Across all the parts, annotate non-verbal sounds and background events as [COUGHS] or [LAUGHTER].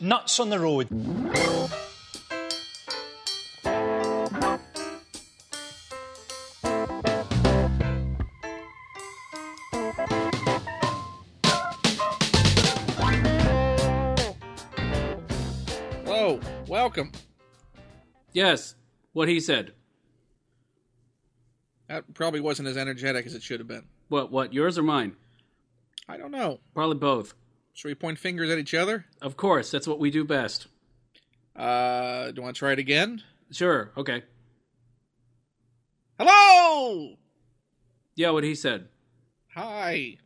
Nuts on the Road. Hello, Oh, welcome. Yes, what he said. That probably wasn't as energetic as it should have been. What? What? Yours or mine? I don't know. Probably both. Should we point fingers at each other? Of course, that's what we do best. Uh, do you want to try it again? Sure. Okay. Hello! Yeah, what he said. Hi.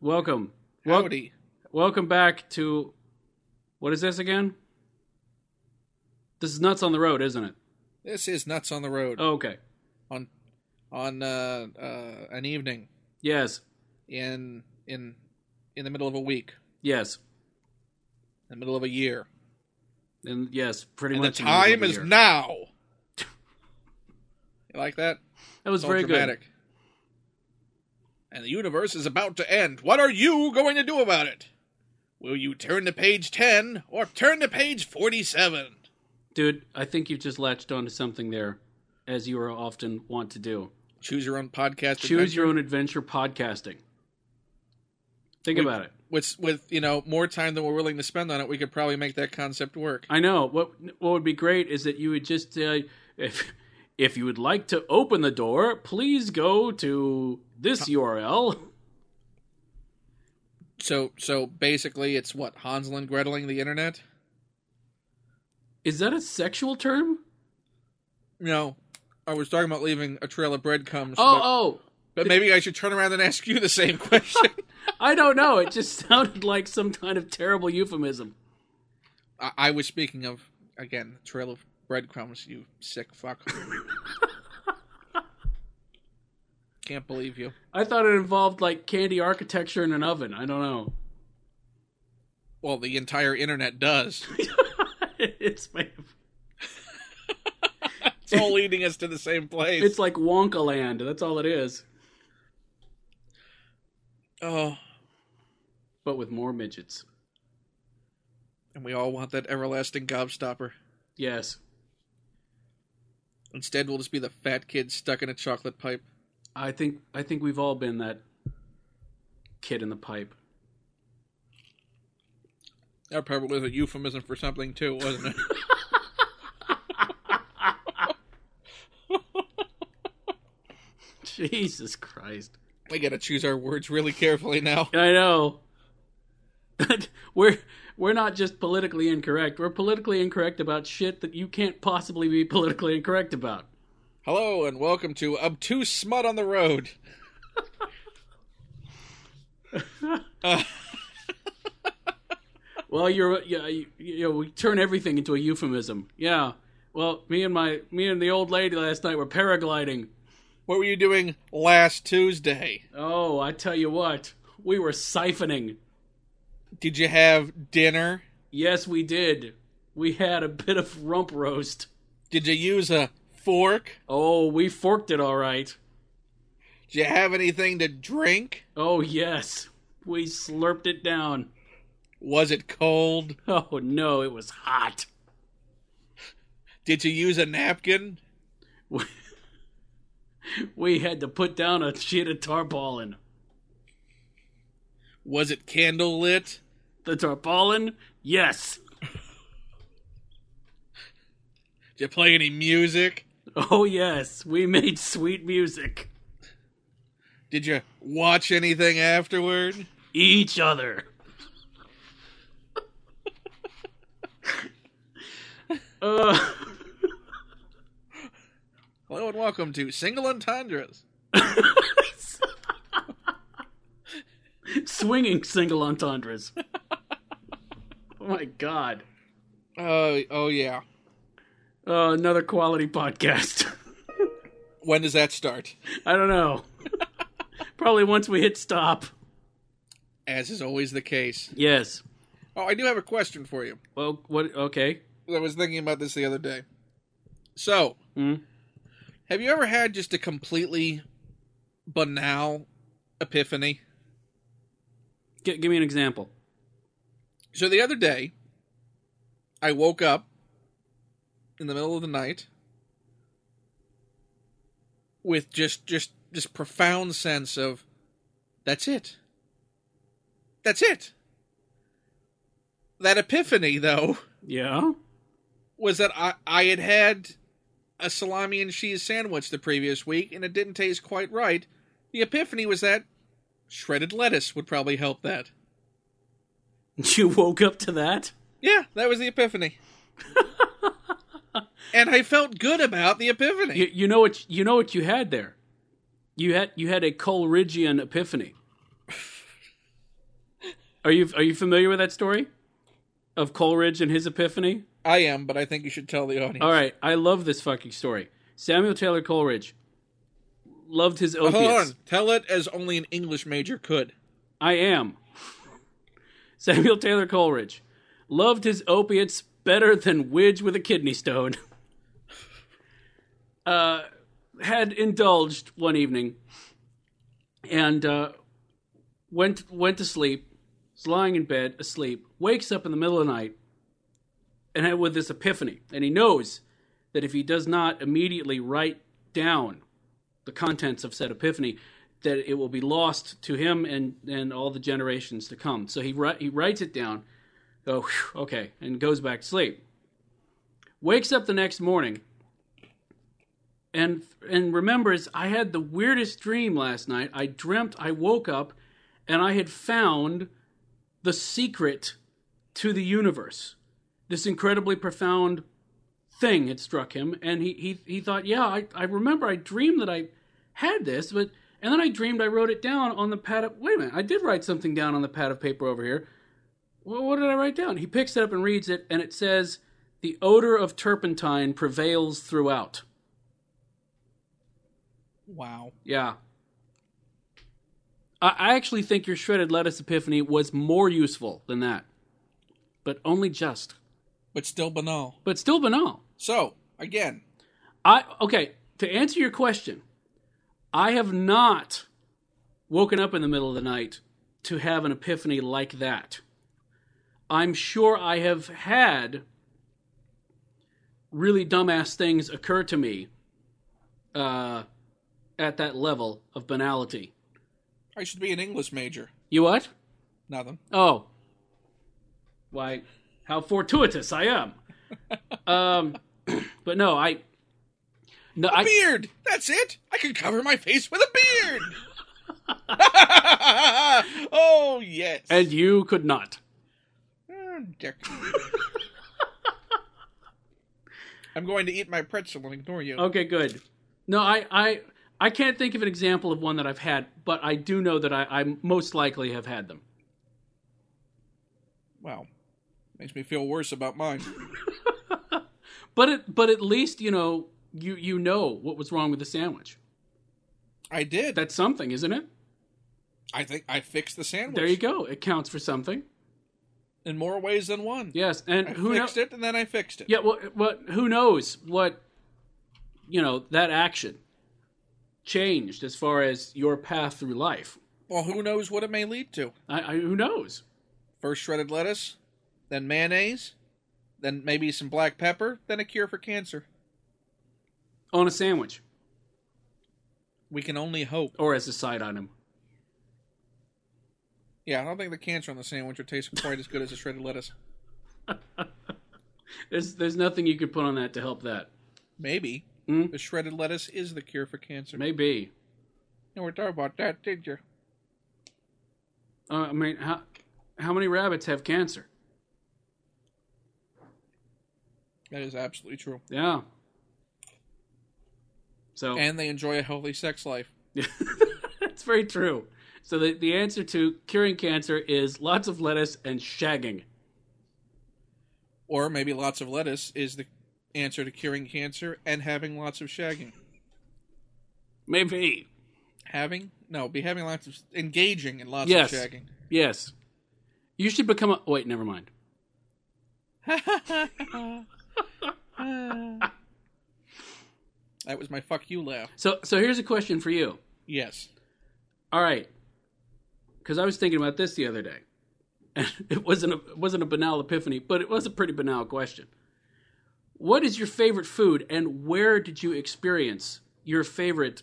Welcome. Wel- Howdy. welcome back to. What is this again? This is nuts on the road, isn't it? This is Nuts on the Road Oh, okay. on on uh, uh, an evening Yes. in in in the middle of a week, Yes. in the middle of a year. And yes, pretty And the much. in middle of time the is year. now. [LAUGHS] You like that? That was It's all very dramatic. And the universe is about to end. What are you going to do about it? Will you turn to page 10 or turn to page 47? good, dude. I think you've just latched onto something there, as you are often want to do. Choose your own podcast. Choose adventure your own adventure podcasting. Think We- about it. With, with, you know, more time than we're willing to spend on it, we could probably make that concept work. I know. What what would be great is that you would just uh, if if you would like to open the door, please go to this URL. So, so basically, it's what? Hansel and Gretling the internet? Is that a sexual term? No. I was talking about leaving a trail of breadcrumbs. but, Oh, but maybe I should turn around and ask you the same [LAUGHS] question. oh, I don't know. It just [LAUGHS] sounded like some kind of terrible euphemism. I, I was speaking of again trail of breadcrumbs. You sick [LAUGHS] fuck. Can't believe you. I thought it involved like candy architecture in an oven. I don't know. [LAUGHS] Well, the entire internet does. it's my- It's [LAUGHS] all leading us to the same place. it's like Wonka Land. That's all it is, oh, but with more midgets. and we all want that everlasting gobstopper. Yes, Instead, we'll just be the fat kid stuck in a chocolate pipe. I think I think we've all been that kid in the pipe. That probably was a euphemism for something too, wasn't [LAUGHS] it? [LAUGHS] Jesus Christ. we gotta choose our words really carefully now. I know. [LAUGHS] we're we're not just politically incorrect. We're politically incorrect about shit that you can't possibly be politically incorrect about. Hello and welcome to Obtuse Smut on the Road. Well, you're yeah, you, you know, we turn everything into a euphemism. Yeah. Well, me and my me and the old lady last night were paragliding. What were you doing last Tuesday? Oh, I tell you what. We were siphoning. Did you have dinner? Yes, we did. We had a bit of rump roast. Did you use a fork? Oh, we forked it all right. Did you have anything to drink? Oh, yes. We slurped it down. Was it cold? Oh no, it was hot. [LAUGHS] Did you use a napkin? We had to put down a sheet of tarpaulin. Was it candle lit? The tarpaulin? Yes. Did you play any music? Oh yes, we made sweet music. Did you watch anything afterward? Each other. [LAUGHS] uh, Hello and welcome to Single Entendres. swinging single entendres. oh my god. Oh, oh yeah. Uh, another quality podcast. [LAUGHS] When does that start? I don't know. [LAUGHS] Probably once we hit stop. As is always the case. Yes. Oh, I do have a question for you. Well, what? Okay. I was thinking about this the other day. So, Hmm. have you ever had just a completely banal epiphany? G- give me an example. So the other day, I woke up in the middle of the night with just just this profound sense of that's it. That's it. That epiphany though Yeah. [LAUGHS] was that I, I had had a salami and cheese sandwich the previous week and it didn't taste quite right. The epiphany was that shredded lettuce would probably help that. You woke up to that? Yeah, that was the [LAUGHS] epiphany. and I felt good about the epiphany. You, you know what you know what you had there. You had you had a Coleridgean [LAUGHS] epiphany. Are you are you familiar with that story? Of Coleridge and his epiphany? I am, but I think you should tell the audience. All right, I love this fucking story. Samuel Taylor Coleridge loved his But opiates. Hold on. Tell it as only an English major could. I am. Samuel Taylor Coleridge loved his opiates better than Widge with a kidney stone. [LAUGHS] uh, had indulged one evening and uh, went went to sleep. Was lying in bed asleep, wakes up in the middle of the night, and had with this epiphany, and he knows that if he does not immediately write down the contents of said epiphany, that it will be lost to him and, and all the generations to come. So he wri- he writes it down. Oh, whew, okay, and goes back to sleep. Wakes up the next morning, and and remembers I had the weirdest dream last night. I dreamt I woke up, and I had found the secret to the universe. This incredibly profound thing had struck him, and he he, he thought, yeah, I, I remember I dreamed that I had this, but and then I dreamed I wrote it down on the pad of wait a minute, I did write something down on the pad of paper over here. Well, what did I write down? He picks it up and reads it, and it says, "The odor of turpentine prevails throughout." Wow. Yeah. I, I actually think your shredded lettuce epiphany was more useful than that, but only just, But still banal. but still banal. So, again, I okay, to answer your question, I have not woken up in the middle of the night to have an epiphany like that. I'm sure I have had really dumbass things occur to me uh, at that level of banality. I should be an English major. You what? Nothing. Oh. Why, how fortuitous I am. um, [CLEARS THROAT] but no, I. No, I, Beard! That's it! I can cover my face with a [LAUGHS] beard! [LAUGHS] oh, yes. and you could not. Oh, dick. I'm going to eat my pretzel and ignore you. Okay, good. No, I, I, I can't think of an example of one that I've had, but I do know that I, I most likely have had them. Wow. Makes me feel worse about mine. But it, but at least you know you you know what was wrong with the sandwich. I did. That's something, isn't it? I think I fixed the sandwich. There you go. It counts for something. In more ways than one. Yes, and I who knows? fixed it and then I fixed it. Yeah, what what who knows what you know that action changed as far as your path through life. Well, who knows what it may lead to? I, I who knows? First shredded lettuce, then mayonnaise, then maybe some black pepper, then a cure for cancer. On a sandwich We can only hope. or as a side item. Yeah, I don't think the cancer on the sandwich would taste quite as good as the shredded lettuce. There's there's nothing you could put on that to help that. Maybe Hmm? the shredded lettuce is the cure for cancer. Maybe. You weren't talking about that, did you? Uh, I mean, how how many rabbits have cancer? That is absolutely true. Yeah. So And they enjoy a healthy sex life. [LAUGHS] that's very true. So the the answer to curing cancer is lots of lettuce and shagging. Or maybe lots of lettuce is the answer to curing cancer and having lots of shagging. Maybe. Having? No, be having lots of engaging in lots Yes. of shagging. Yes. You should become a wait, never mind. That was my fuck you laugh. So so here's a question for you. Yes. All right. Cuz I was thinking about this the other day. [LAUGHS] and it wasn't a it wasn't a banal epiphany, but it was a pretty banal question. What is your favorite food, and where did you experience your favorite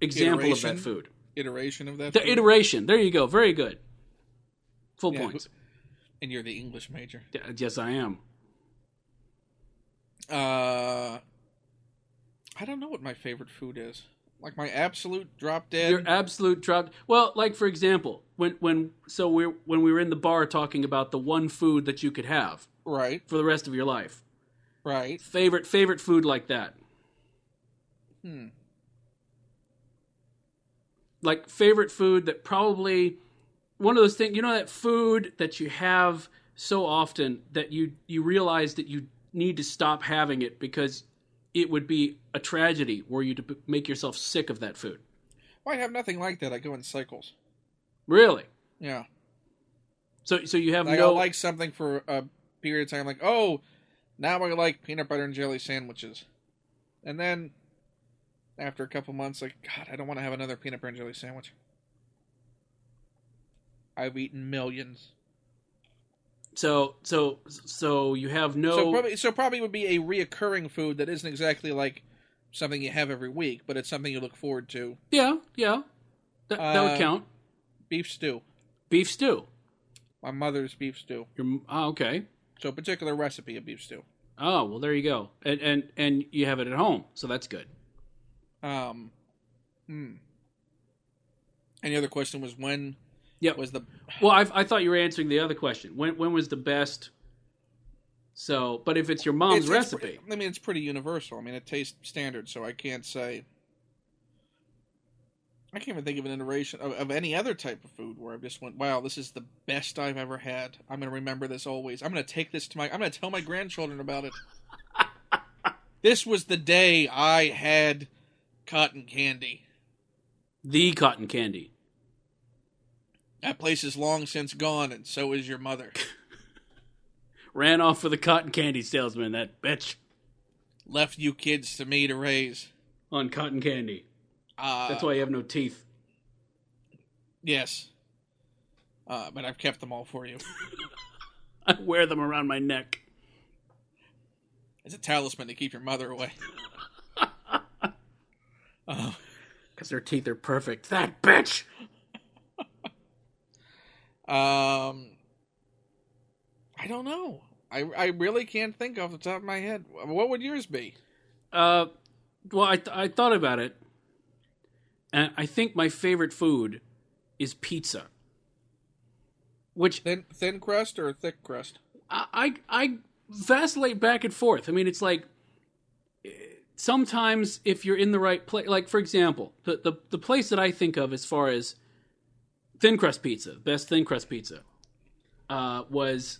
example of Iteration? that food? Iteration of that. The food. iteration. There you go. Very good. Full Yeah, points. and you're the English major. Y- Yes, I am. Uh, I don't know what my favorite food is. Like my absolute drop dead. Your absolute drop. Well, like for example, when when so we when we were in the bar talking about the one food that you could have Right, for the rest of your life. right. Favorite favorite food like that. Hmm. Like favorite food that probably one of those things. You know that food that you have so often that you you realize that you need to stop having it because it would be a tragedy were you to b- make yourself sick of that food. Well, I have nothing like that. I go in cycles. Really. Yeah. So so you have Like, no I'll like something for a period of time. Like, oh, now I like peanut butter and jelly sandwiches. And then after a couple months, like, God, I don't want to have another peanut butter and jelly sandwich. I've eaten millions. So so so you have no So probably, so probably would be a reoccurring food that isn't exactly like something you have every week, but it's something you look forward to. yeah yeah that, that Uh, would count Beef stew. beef stew. My mother's beef stew. Your m- ah, okay So a particular recipe of beef stew. oh well there you go and and and you have it at home so that's good. Um, hmm. And the other question was when Yep. was the Well I I thought you were answering the other question. When when was the best? So but if it's your It's- mom's it's recipe, pre- I mean, it's pretty universal. I mean, it tastes standard, so I can't say. I can't even think of an iteration of, of any other type of food where I just went, "Wow, this is the best I've ever had. I'm going to remember this always. I'm going to take this to my. I'm going to tell my grandchildren about [LAUGHS] it. this was the day I had cotton candy. the cotton candy. That place is long since gone, and so is your mother. Ran off with the cotton candy salesman, that bitch Left you kids to me to raise. on cotton candy. Uh, That's why you have no teeth. [LAUGHS] Yes. Uh, but I've kept them all for you. I wear them around my neck. It's a talisman to keep your mother away. Uh, Because their teeth are perfect. That bitch! um, I don't know. I, I really can't think off the top of my head. What would yours be? Uh, well, I, th- I thought about it, and I think my favorite food is pizza. Which Thin thin crust or thick crust? I, I I vacillate back and forth. I mean, it's like eh, sometimes if you're in the right place, like for example, the, the the place that I think of as far as thin crust pizza, best thin crust pizza, uh, was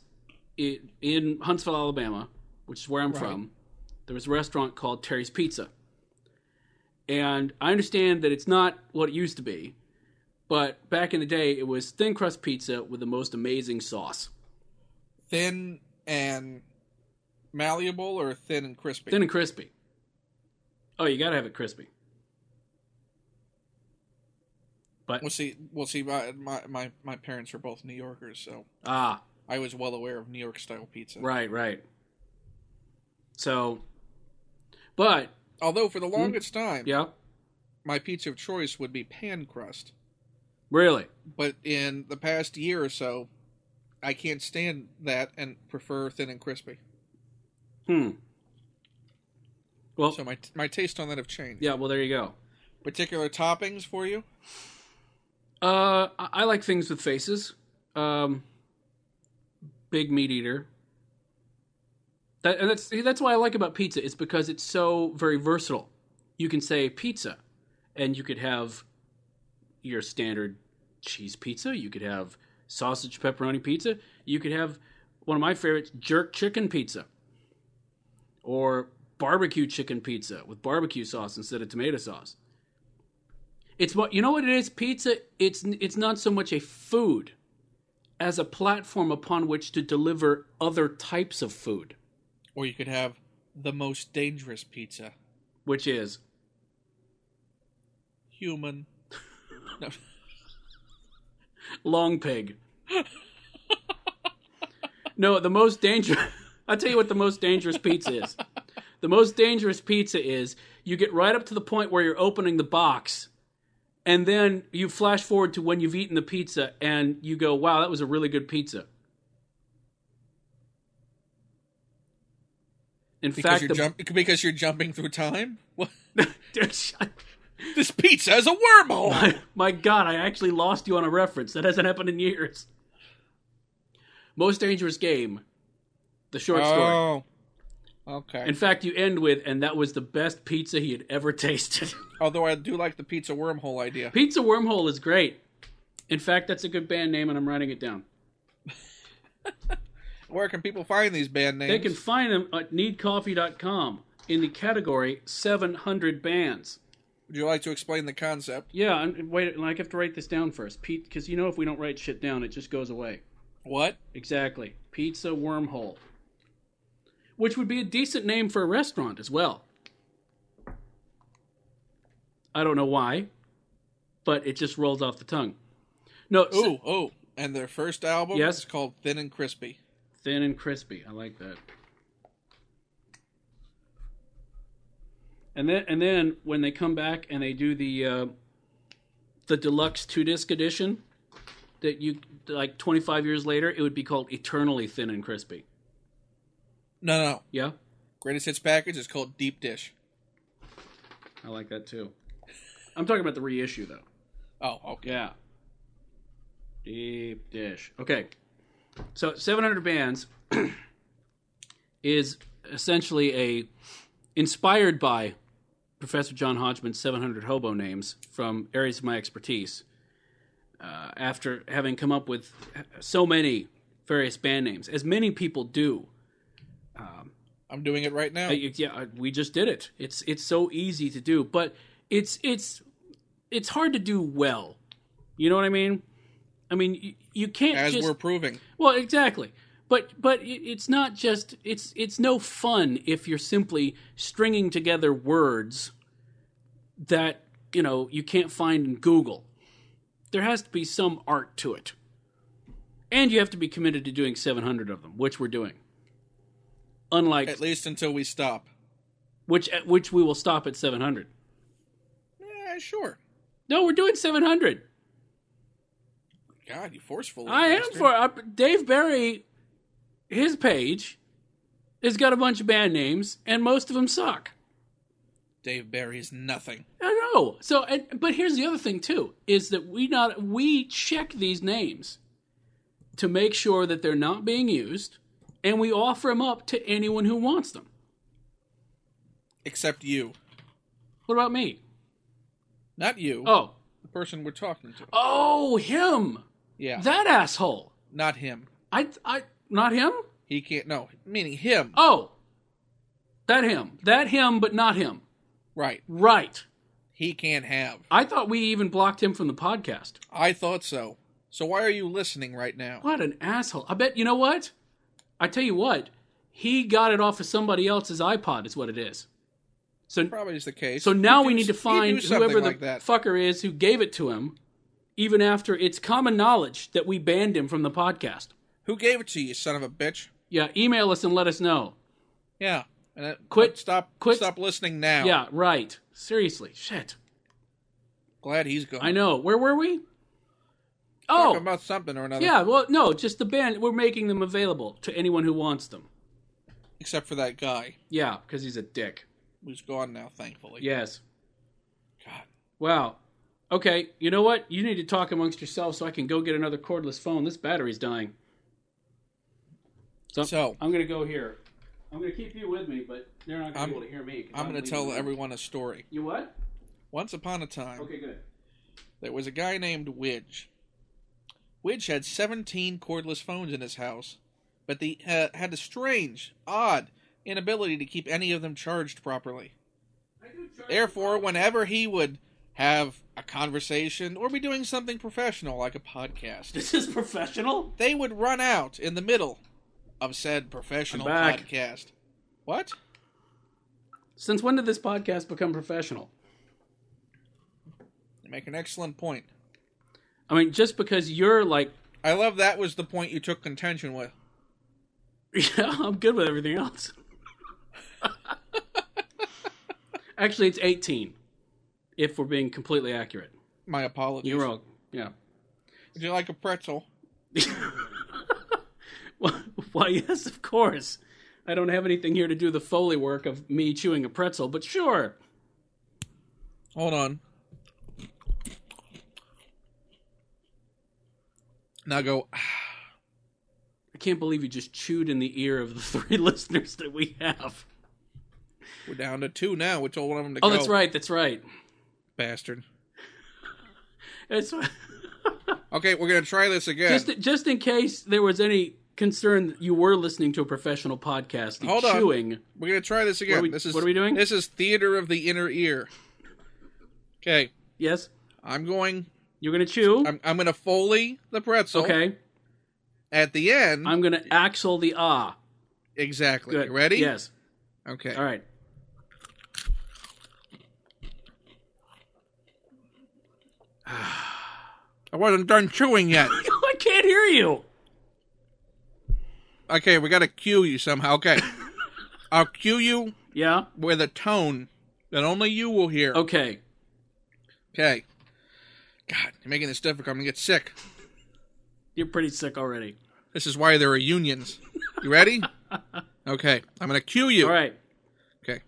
i in Huntsville, Alabama, which is where I'm Right. from. There was a restaurant called Terry's Pizza, and I understand that it's not what it used to be, but back in the day, it was thin crust pizza with the most amazing sauce. Thin and malleable or thin and crispy? Thin and crispy. Oh, you gotta have it crispy. We'll see. We'll see. My, my, my, my parents are both New Yorkers, so Ah, I was well aware of New York style pizza. right, right. So, but Although for the longest time, Hmm. yeah, my pizza of choice would be pan crust. really, but in the past year or so, I can't stand that and prefer thin and crispy. hmm. Well, So my my taste on that have changed. yeah, well, there you go. Particular toppings for you? Uh, I, I like things with faces. Um, big meat eater. That, and that's see, that's why I like about pizza. It's because it's so very versatile. You can say pizza, and you could have your standard cheese pizza. You could have sausage pepperoni pizza. You could have one of my favorites, jerk chicken pizza, or barbecue chicken pizza with barbecue sauce instead of tomato sauce. It's what you know what it is. Pizza. It's it's not so much a food as a platform upon which to deliver other types of food, Or you could have the most dangerous pizza. which is [LAUGHS] Human. long pig. No, the most dangerous. [LAUGHS] I'll tell you what the most dangerous pizza is. The most dangerous pizza is you get right up to the point where you're opening the box, and then you flash forward to when you've eaten the pizza, and you go, "Wow, that was a really good pizza." In Because fact, you're the, jump- because you're jumping through time. What? [LAUGHS] [LAUGHS] Dude, This pizza is a wormhole. [LAUGHS] my God, I actually lost you on a reference. That hasn't happened in years. Most dangerous game, the short story. oh. Okay. In fact, you end with, and that was the best pizza he had ever [LAUGHS] tasted. Although I do like the pizza wormhole idea. pizza Wormhole is great. In fact, that's a good band name, and I'm writing it down. Where can people find these band names? They can find them at needcoffee.com in the category 700 bands. Would you like to explain the concept? Yeah, and wait, and I have to write this down first, Pete, because you know if we don't write shit down, it just goes away. What? Exactly. Pizza Wormhole. Which would be a decent name for a restaurant as well. I don't know why, but it just rolls off the tongue. No, s- Ooh, oh. And their first album Yes. is called Thin and Crispy. thin and crispy. I like that. And then, and then when they come back and they do the uh, the deluxe two disc edition, that you like twenty five years later, it would be called Eternally Thin and Crispy. No, no. Yeah, Greatest Hits package is called Deep Dish. I like that too. I'm talking about the reissue though. Oh, okay. Yeah. Deep dish. Okay. So 700 bands [CLEARS THROAT] is essentially a inspired by Professor John Hodgman's 700 hobo names from areas of my expertise. Uh, after having come up with so many various band names, as many people do, I'm doing it right now. uh, you- yeah, uh, we just did it. It's it's so easy to do, but it's it's it's hard to do well. You know what I mean? I mean, you, you can't As just we're proving. well, exactly. But but it, it's not just it's it's no fun if you're simply stringing together words that you know you can't find in Google. There has to be some art to it, and you have to be committed to doing 700 of them, which we're doing. Unlike At least until we stop. which at which we will stop at 700. Yeah, Eh, sure. No, we're doing 700. God, you forceful. I am bastard. for I, Dave Barry. His page has got a bunch of band names, and most of them suck. Dave Barry is nothing. I know. So, and, but here's the other thing too: is that we not we check these names to make sure that they're not being used, and we offer them up to anyone who wants them. Except you. What about me? Not you. Oh, The person we're talking to. oh, him, Yeah. that asshole. Not him. I, I, not him. He can't. No, meaning him. Oh, that him. That him, but not him. Right. Right. He can't have. I thought we even blocked him from the podcast. I thought so. So why are you listening right now? What an asshole. I bet, you know what? I tell you what, he got it off of somebody else's iPod, is what it is. So, Probably is the case. so now He'd we do- need to he'd do find something whoever the like that. fucker is who gave it to him, even after it's common knowledge that we banned him from the podcast. Who gave it to you, son of a bitch? Yeah, email us and let us know. Yeah. And uh, Quit- Stop. quit- Stop listening now. Yeah, right. Seriously. Shit. Glad he's gone. I know. Where were we? Oh, Talking about something or another. Yeah, well, no, just the band. We're making them available to anyone who wants them. Except for that guy Yeah, because he's a dick. who's gone now, thankfully. Yes. God. Wow. Okay, you know what? You need to talk amongst yourselves so I can go get another cordless phone. This battery's dying. So, So- I'm going to go here. I'm going to keep you with me, but they're not going I'm- to be able to hear me. 'cause I'm going to leaving tell the room. everyone a story. You what? Once upon a time, Okay, good. [LAUGHS] there was a guy named Widge. Widge had 17 cordless phones in his house, but they uh, had a strange, odd inability to keep any of them charged properly. Therefore, whenever he would have a conversation or be doing something professional like a podcast, This is professional? they would run out in the middle of said professional back. podcast. What? Since when did this podcast become professional? You make an excellent point. I mean, just because you're like I love that was the point you took contention with. [LAUGHS] Yeah, I'm good with everything else. [LAUGHS] Actually, it's 18, if we're being completely accurate. My apologies. You're wrong. Yeah. [LAUGHS] Would you like a pretzel? Well, well, yes, of course. I don't have anything here to do the Foley work of me chewing a pretzel, but sure. Hold on. Now go. ah, I can't believe you just chewed in the ear of the [LAUGHS] three listeners that we have. We're down to two now. We told one of them to Oh, go. that's right. That's right. bastard. That's Okay, we're gonna try this again. just just in case there was any concern that you were listening to a professional podcast. The Hold on. chewing. We're gonna try this again. we- this is what are we doing? This is theater of the inner ear. Okay, Yes, I'm going. you're gonna chew. I'm, I'm gonna foley the pretzel. okay, At the end, I'm gonna axle the ah. exactly. Good. You ready? Yes. Okay. All right. [LAUGHS] I wasn't done chewing [LAUGHS] yet. I can't hear you. okay, we gotta cue you somehow. [LAUGHS] Okay, I'll cue you Yeah. with a tone that only you will hear. Okay. Okay. God, you're making this difficult. I'm gonna get sick. You're pretty sick already. This is why there are unions. You [LAUGHS] ready? okay, I'm gonna cue you. All right. Okay.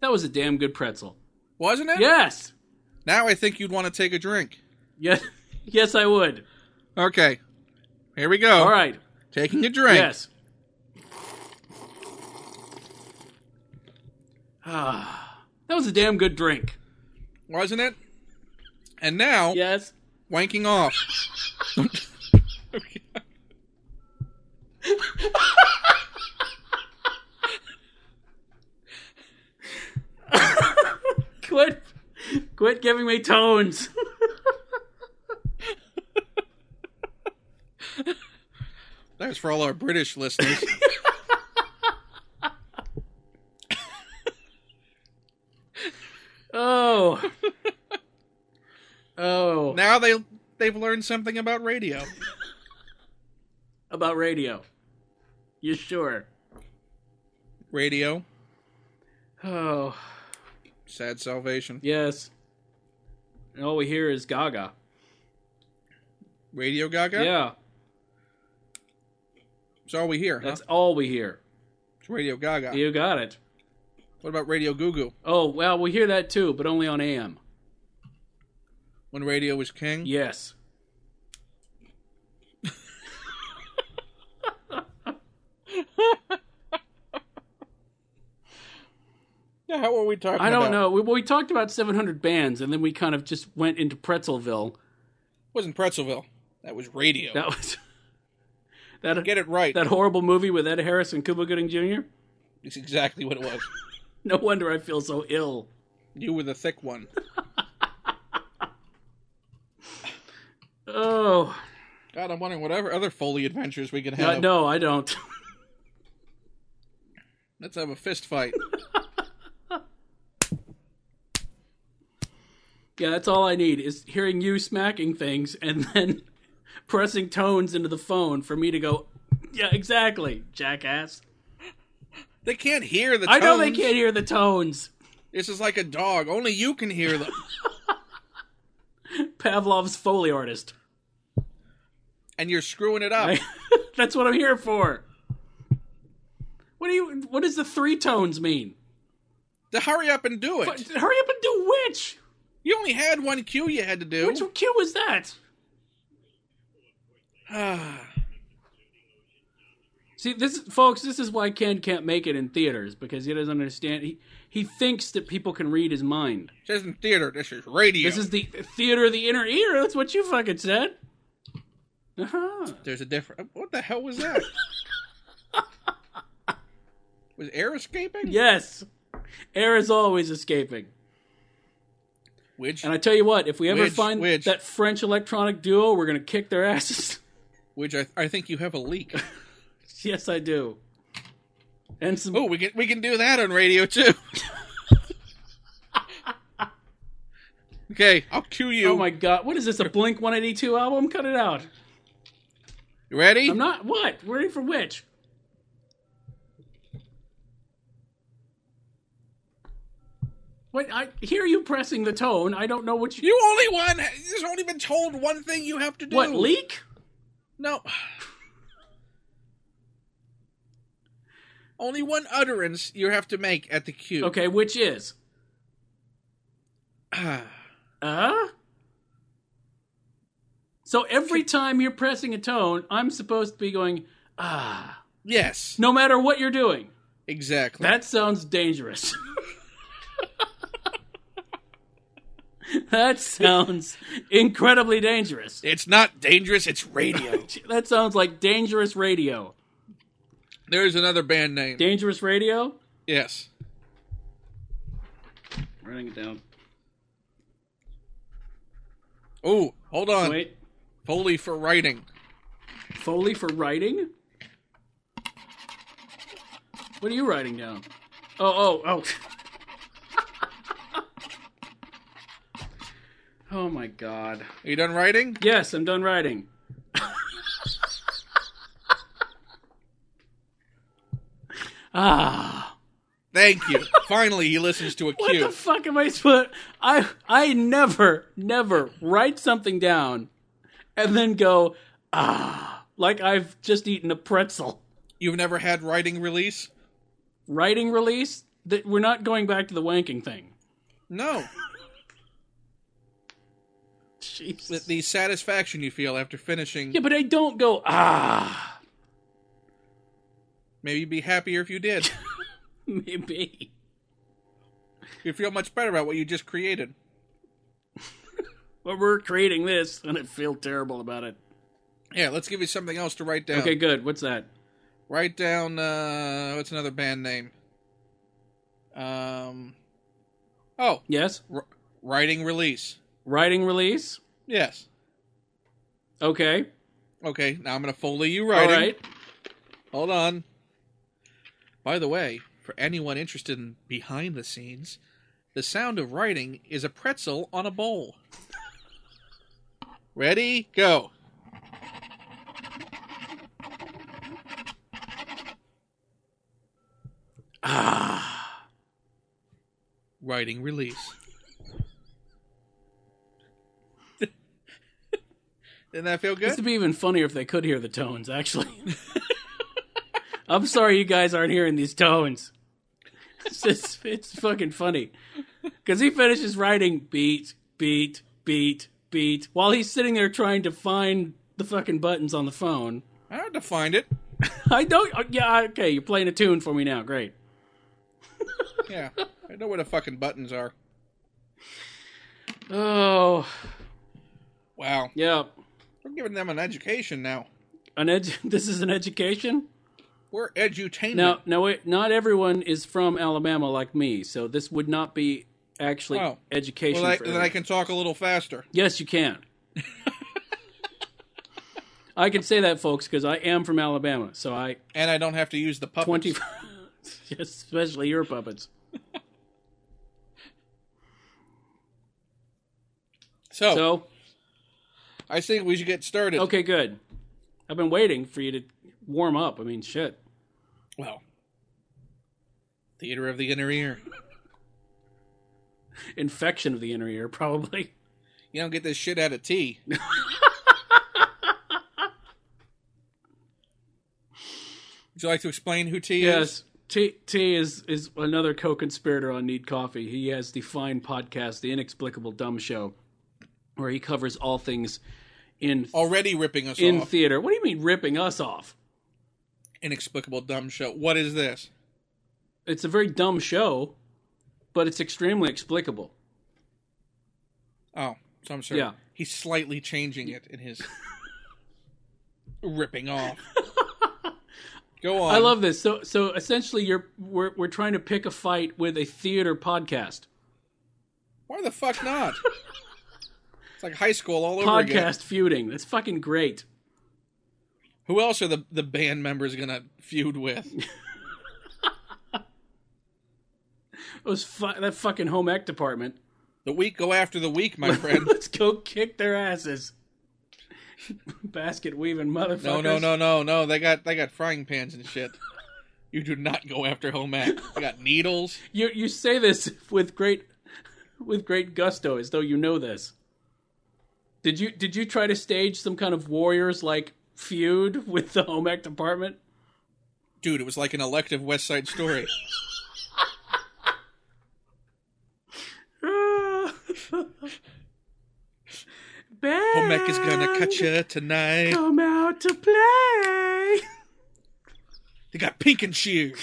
That was a damn good pretzel. Wasn't it? Yes. Now I think you'd want to take a drink. Yes. [LAUGHS] Yes, I would. Okay. Here we go. All right. Taking a drink. Yes. Ah, that was a damn good drink. Wasn't it? And now, Yes. wanking [LAUGHS] off. [LAUGHS] Quit. Quit giving me tones. [LAUGHS] That's for all our British [LAUGHS] listeners. Oh. Oh. now they they've learned something about radio. About radio. You sure? Radio, Oh. sad salvation. Yes. And all we hear is Gaga. Radio Gaga. Yeah. It's all we hear. Huh? That's all we hear. It's Radio Gaga. You got it. What about Radio Goo Goo? Oh, well, we hear that too, but only on AM. When radio was king. Yes. Yeah. How are we talking? I about? don't know. We, we talked about 700 bands, and then we kind of just went into Pretzelville. It wasn't Pretzelville. That was radio. That was [LAUGHS] that Get it right. that horrible movie with Ed Harris and Cuba Gooding Jr. It's exactly what it was. No wonder I feel so ill. you were the thick one. Oh God, I'm wondering whatever other Foley adventures we could no, have. no, I don't. [LAUGHS] Let's have a fist fight. yeah, that's all I need is hearing you smacking things and [LAUGHS] then pressing tones into the phone for me to go. Yeah, exactly, jackass. they can't hear the. I know they tones. can't hear the tones. This is like a dog. Only you can hear [LAUGHS] them. Pavlov's foley artist. [LAUGHS] and you're screwing it up. I- That's what I'm here for. What do you? What does the three tones mean? To hurry up and do it. But hurry up and do which? You only had one cue you had to do. Which cue was that? [SIGHS] See, this folks, this is why Ken can't make it in theaters because he doesn't understand. He he thinks that people can read his mind. this isn't theater. This is radio. This is the theater of the inner ear. That's what you fucking said. Uh-huh. There's a different. What the hell was [LAUGHS] that? was air escaping? Yes, air is always escaping. Which And I tell you what, if we ever Which- find which? that French electronic duo, we're gonna kick their asses. [LAUGHS] which I, I think you have a leak. yes, I do. and [LAUGHS] some Oh, we can we can do that on radio [LAUGHS] too. okay, I'll cue you. Oh my god, what is this? A Blink 182 album? Cut it out. You ready? I'm not what? Ready for which? Wait, I hear you pressing the tone. I don't know what you, You only one. There's only been told one thing you have to do. what leak? No. Only one utterance you have to make at the cue. Okay, which is? Uh? So every time you're pressing a tone, I'm supposed to be going, ah, [SIGHS] yes, no matter what you're doing. exactly. That sounds dangerous. [LAUGHS] that sounds incredibly dangerous. it's not dangerous. It's [LAUGHS] radio. That sounds like dangerous radio. There's another band name. Dangerous radio? yes. Writing it down. Oh, hold on. Wait. Foley for writing. Foley for writing? What are you writing down? Oh, oh, oh. [LAUGHS] oh my god. Are you done writing? Yes, I'm done writing. ah. Thank [LAUGHS] you. Finally, he listens to a What cue. the fuck am I supposed I I never, never write something down and then go, ah, like I've just eaten a pretzel. You've never had writing release? Writing release? That we're not going back to the wanking thing. No. The, Jesus. the satisfaction you feel after finishing. Yeah, but I don't go, ah, Maybe you'd be happier if you [LAUGHS] did. maybe. you feel much better about what you just created. But we're creating this and I feel terrible about it. Yeah, let's give you something else to write down. Okay, good. What's that? Write down uh what's another band name? Um Oh, Yes? r- writing release. Writing release? Yes. Okay. Okay, now I'm going to foley you writing. All right. Hold on. By the way, for anyone interested in behind the scenes, the sound of writing is a pretzel on a bowl. Ready? Go. Ah. Writing release. [LAUGHS] Didn't that feel This good? would be even funnier if they could hear the tones, actually. [LAUGHS] I'm sorry you guys aren't hearing these tones. It's just, it's fucking funny. Because he finishes writing beat, beat, beat, beat, while he's sitting there trying to find the fucking buttons on the phone. I had to find it. I don't, uh, yeah, okay, you're playing a tune for me now, great. Yeah. I know where the fucking buttons are. Oh, Wow. yeah. We're giving them an education now. An edu- [LAUGHS] this is an education? We're edutainment. Now, now wait, not everyone is from Alabama like me, so this would not be actually Oh. education. well, I, for then I everyone. can talk a little faster. Yes, you can. [LAUGHS] I can say that, folks, because I am from Alabama, so I And I don't have to use the puppets. twenty, [LAUGHS] yes, especially your puppets. So, So I think we should get started. okay, good. I've been waiting for you to warm up. I mean, shit. Well, theater of the inner ear. Infection of the inner ear, probably. You don't get this shit out of [LAUGHS] tea. Would you like to explain who tea is? Yes. T T is is another co-conspirator on Need Coffee. He has the fine podcast, The Inexplicable Dumb Show, where he covers all things in Already ripping us in off. theater. What do you mean ripping us off? Inexplicable dumb show. What is this? it's a very dumb show, but it's extremely explicable. Oh, so I'm sorry. Yeah. He's slightly changing it in [LAUGHS] his ripping off. Go on. I love this. So so essentially you're we're we're trying to pick a fight with a theater podcast. Why the fuck not? it's like high school all over again. Podcast feuding. That's fucking great. Who else are the the band members gonna feud with? Those fu- that fucking home ec department. The week go after the week, my [LAUGHS] friend. Let's go kick their asses. Basket weaving motherfuckers. No, no, no, no, no. They got they got frying pans and shit. You do not go after home ec. You got needles. You you say this with great with great gusto, as though you know this. Did you did you try to stage some kind of warriors like feud with the home ec department? Dude, it was like an elective West Side Story. Ben, Home ec is gonna cut you tonight. Come out to play. They got pink and shears.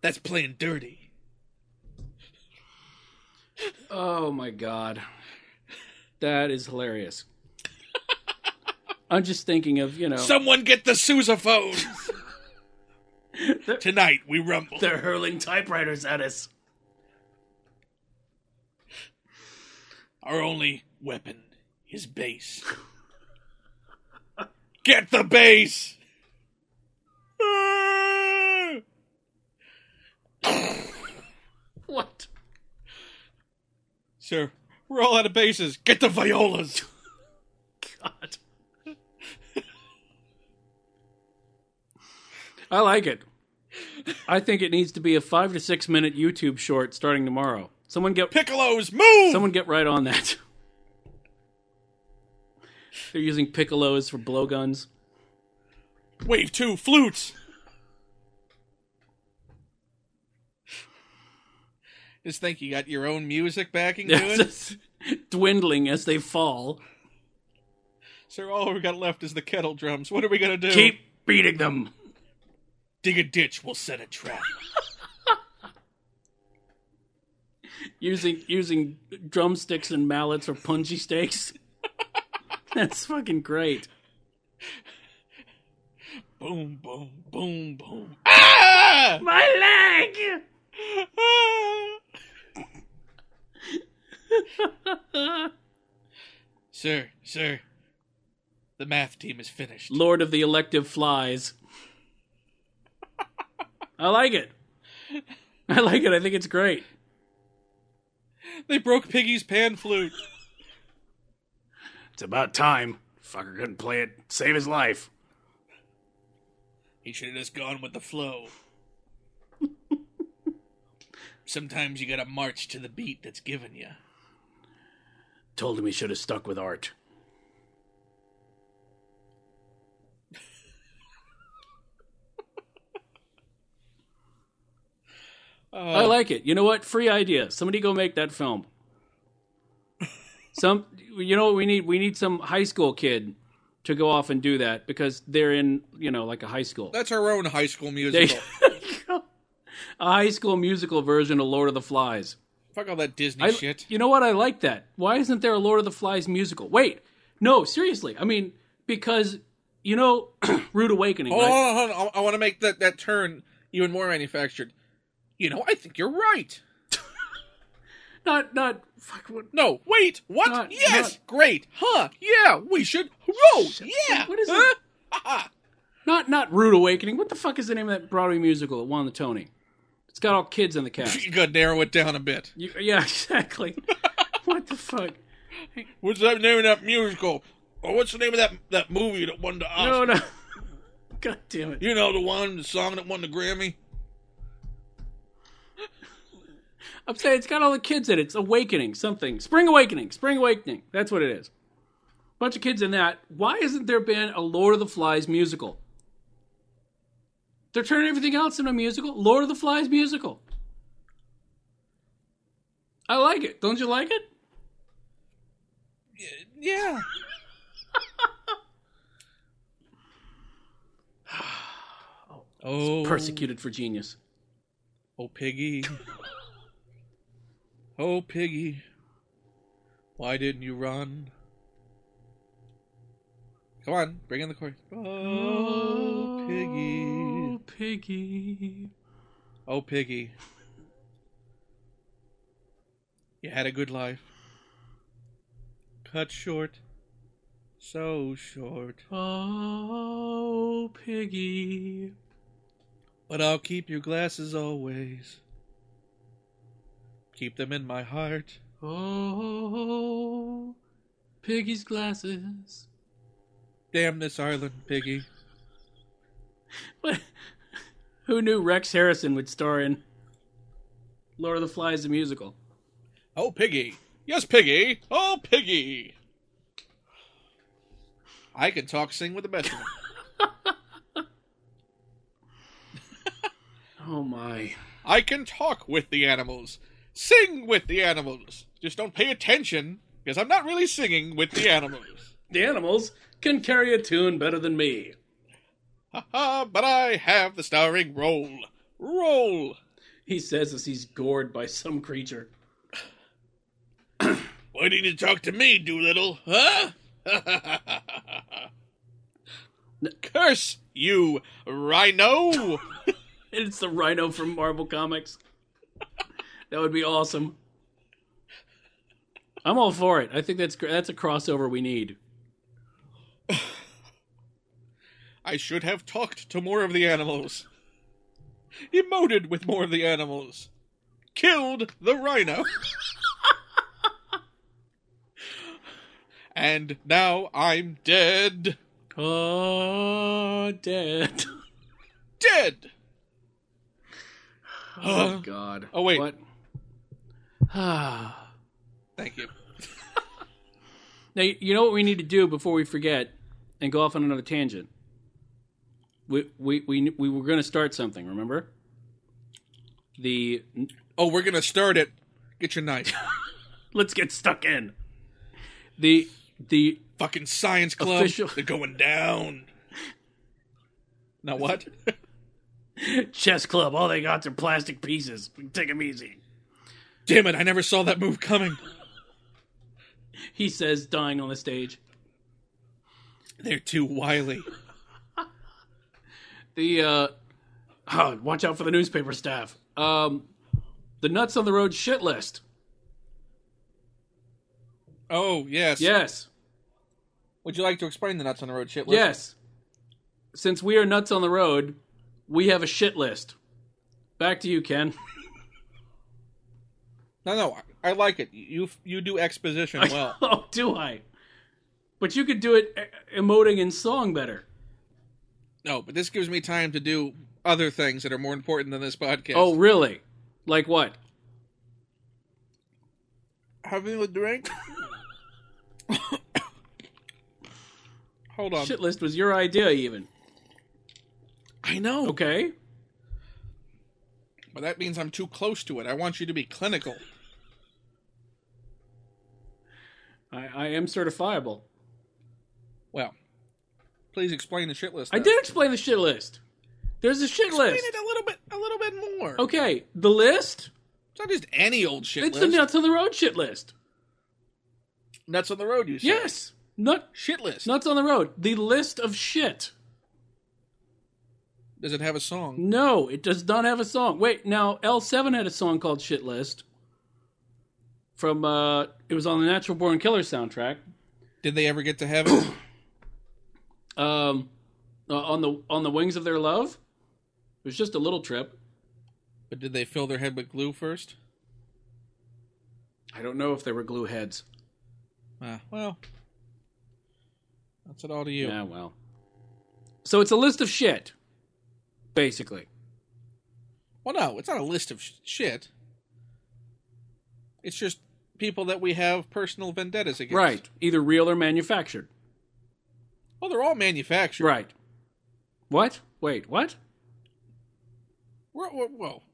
That's playing dirty. Oh my god. That is hilarious. I'm just thinking of, you know, Someone get the sousaphone. They're- Tonight we rumble. they're hurling typewriters at us. Our only weapon is bass. Get the bass! Ah! What? Sir, we're all out of bases. Get the violas! God. I like it. I think it needs to be a 5 to 6 minute YouTube short starting tomorrow. Someone get Piccolos, move! Someone get right on that. They're using piccolos for [LAUGHS] blowguns. Wave two, flutes! Just think you got your own music backing to [LAUGHS] it. Dwindling as they fall. Sir, all we got left is the kettle drums. What are we gonna do? Keep beating them. Dig a ditch, we'll set a trap. Using using drumsticks and mallets or punji [LAUGHS] stakes. That's fucking great. boom, boom, boom, boom. Ah! My leg. Ah! sir, sir, the math team is finished. Lord of the elective flies. I like it. I like it. I think it's great. They broke Piggy's pan flute. It's about time. Fucker couldn't play it. Save his life. He should have just gone with the flow. Sometimes you gotta march to the beat that's given you. Told him he should have stuck with art. Uh, I like it. You know what? Free idea. Somebody go make that film. Some, you know, what we need we need some high school kid to go off and do that because they're in, you know, like a high school. That's our own high school They- [LAUGHS] musical. a high school musical version of Lord of the Flies. Fuck all that Disney I- shit. You know what? I like that. Why isn't there a Lord of the Flies musical? Wait, no, seriously. I mean, because you know, [CLEARS THROAT] Rude Awakening. Hold right? on, hold on. I, want to make that, that turn even more manufactured. You know, I think you're right. Not not fuck. What, No, wait, what? Not- yes, great, huh? Yeah, we should. Whoa, yeah. What is huh? it? Not not Rude Awakening. What the fuck is the name of that Broadway musical that won the Tony? It's got all kids in the [LAUGHS] cast. You gotta narrow it down a bit. You- yeah, [LAUGHS] exactly. what the fuck? What's that name of that musical? Or what's the name of that that movie that won the Oscar? No, no. [LAUGHS] God damn it. You know the one, the song that won the Grammy. I'm saying it's got all the kids in it. It's Awakening, something. Spring Awakening. Spring Awakening. That's what it is. Bunch of kids in that. Why hasn't there been a Lord of the Flies musical? They're turning everything else into a musical. Lord of the Flies musical. I like it. Don't you like it? Yeah. oh, Persecuted for genius. Oh, Piggy. oh, Piggy. Why didn't you run? Come on, bring in the chorus. Oh, Piggy. Oh, piggy. Oh, Piggy. You had a good life. Cut short. So short. Oh, piggy. But I'll keep your glasses always. Keep them in my heart. Oh, Piggy's glasses. Damn this island, Piggy. What? [LAUGHS] Who knew Rex Harrison would star in Lord of the Flies, the musical? Oh, Piggy. Yes, Piggy. Oh, Piggy. I can talk sing with the best [LAUGHS] of them. Oh my. I can talk with the animals, sing with the animals. Just don't pay attention because I'm not really singing with the animals. [LAUGHS] The animals can carry a tune better than me. Ha ha, but I have the starring role. Roll. He says as he's gored by some creature. Why do you need to talk to me, Doolittle? Huh? [LAUGHS] Curse you, rhino! It's the rhino from Marvel Comics. [LAUGHS] That would be awesome. I'm all for it. I think that's gr- that's a crossover we need. I should have talked to more of the animals. Emoted with more of the animals. Killed the [LAUGHS] rhino. and now I'm dead. Oh, dead. Dead! [SIGHS] Oh my God. Oh, wait. What? [SIGHS] Ah. Thank you. now you know what we need to do before we forget and go off on another tangent. We we we we were going to start something. Remember? The Oh, we're gonna start it. Get your knife. let's get stuck in. The the Fucking science club. Official- They're going down. Now what? [LAUGHS] chess club. All they got's are plastic pieces. We can Take them easy. Damn it, I never saw that move coming. He says, dying on the stage. They're too wily. The uh, oh, watch out for the newspaper staff. Um, the nuts on the road shit list. Oh, yes. Yes, Would you like to explain the nuts on the road shit list? yes. Since we are nuts on the road, we have a shit list. Back to you, Ken. [LAUGHS] No, no, I, I like it. You you do exposition well. oh, do I? But you could do it eh, emoting in song better. no, but this gives me time to do other things that are more important than this podcast. Oh, really? Like what? having a [LAUGHS] drink. Hold on. Shit list was your idea, even. I know, Okay. but that means I'm too close to it. I want you to be clinical. I, I am certifiable. Well, please explain the shit list. I now. did explain the shit list. There's a shit Explain list. it a little bit, a little bit more. Okay, the list. It's not just any old shit It's list. the nuts on the road shit list. Nuts on the road, you said. Yes, nut Shit list. nuts on the road. The list of shit. Does it have a song? No, it does not have a song. Wait, now L Seven had a song called Shit List. From uh, it was on the Natural Born Killer soundtrack. Did they ever get to heaven? [COUGHS] Um, uh, on the on the wings of their love. It was just a little trip. but did they fill their head with glue first? I don't know if they were glue heads. Ah, well, that's it all to you. Yeah, Ah, well. So it's a list of shit, basically. Well, no, it's not a list of sh- shit. It's just people that we have personal vendettas against. Right. Either real or manufactured. Well, they're all manufactured. Right. What? Wait, what? We're, we're, whoa.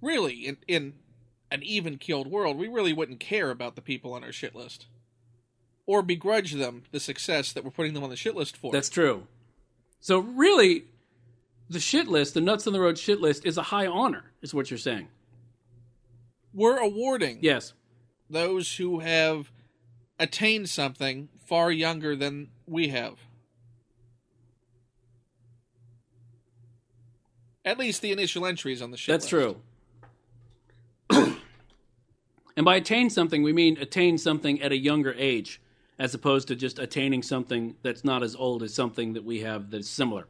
Really, in, in an even keeled world, we really wouldn't care about the people on our shit list. Or begrudge them the success that we're putting them on the shit list for. That's true. So really, the shit list, the nuts on the road shit list, is a high honor, is what you're saying. we're awarding Yes. those who have attained something far younger than we have. At least the initial entries on the shit That's list. true. [CLEARS THROAT] and by attain something, we mean attain something at a younger age, as opposed to just attaining something that's not as old as something that we have that's similar.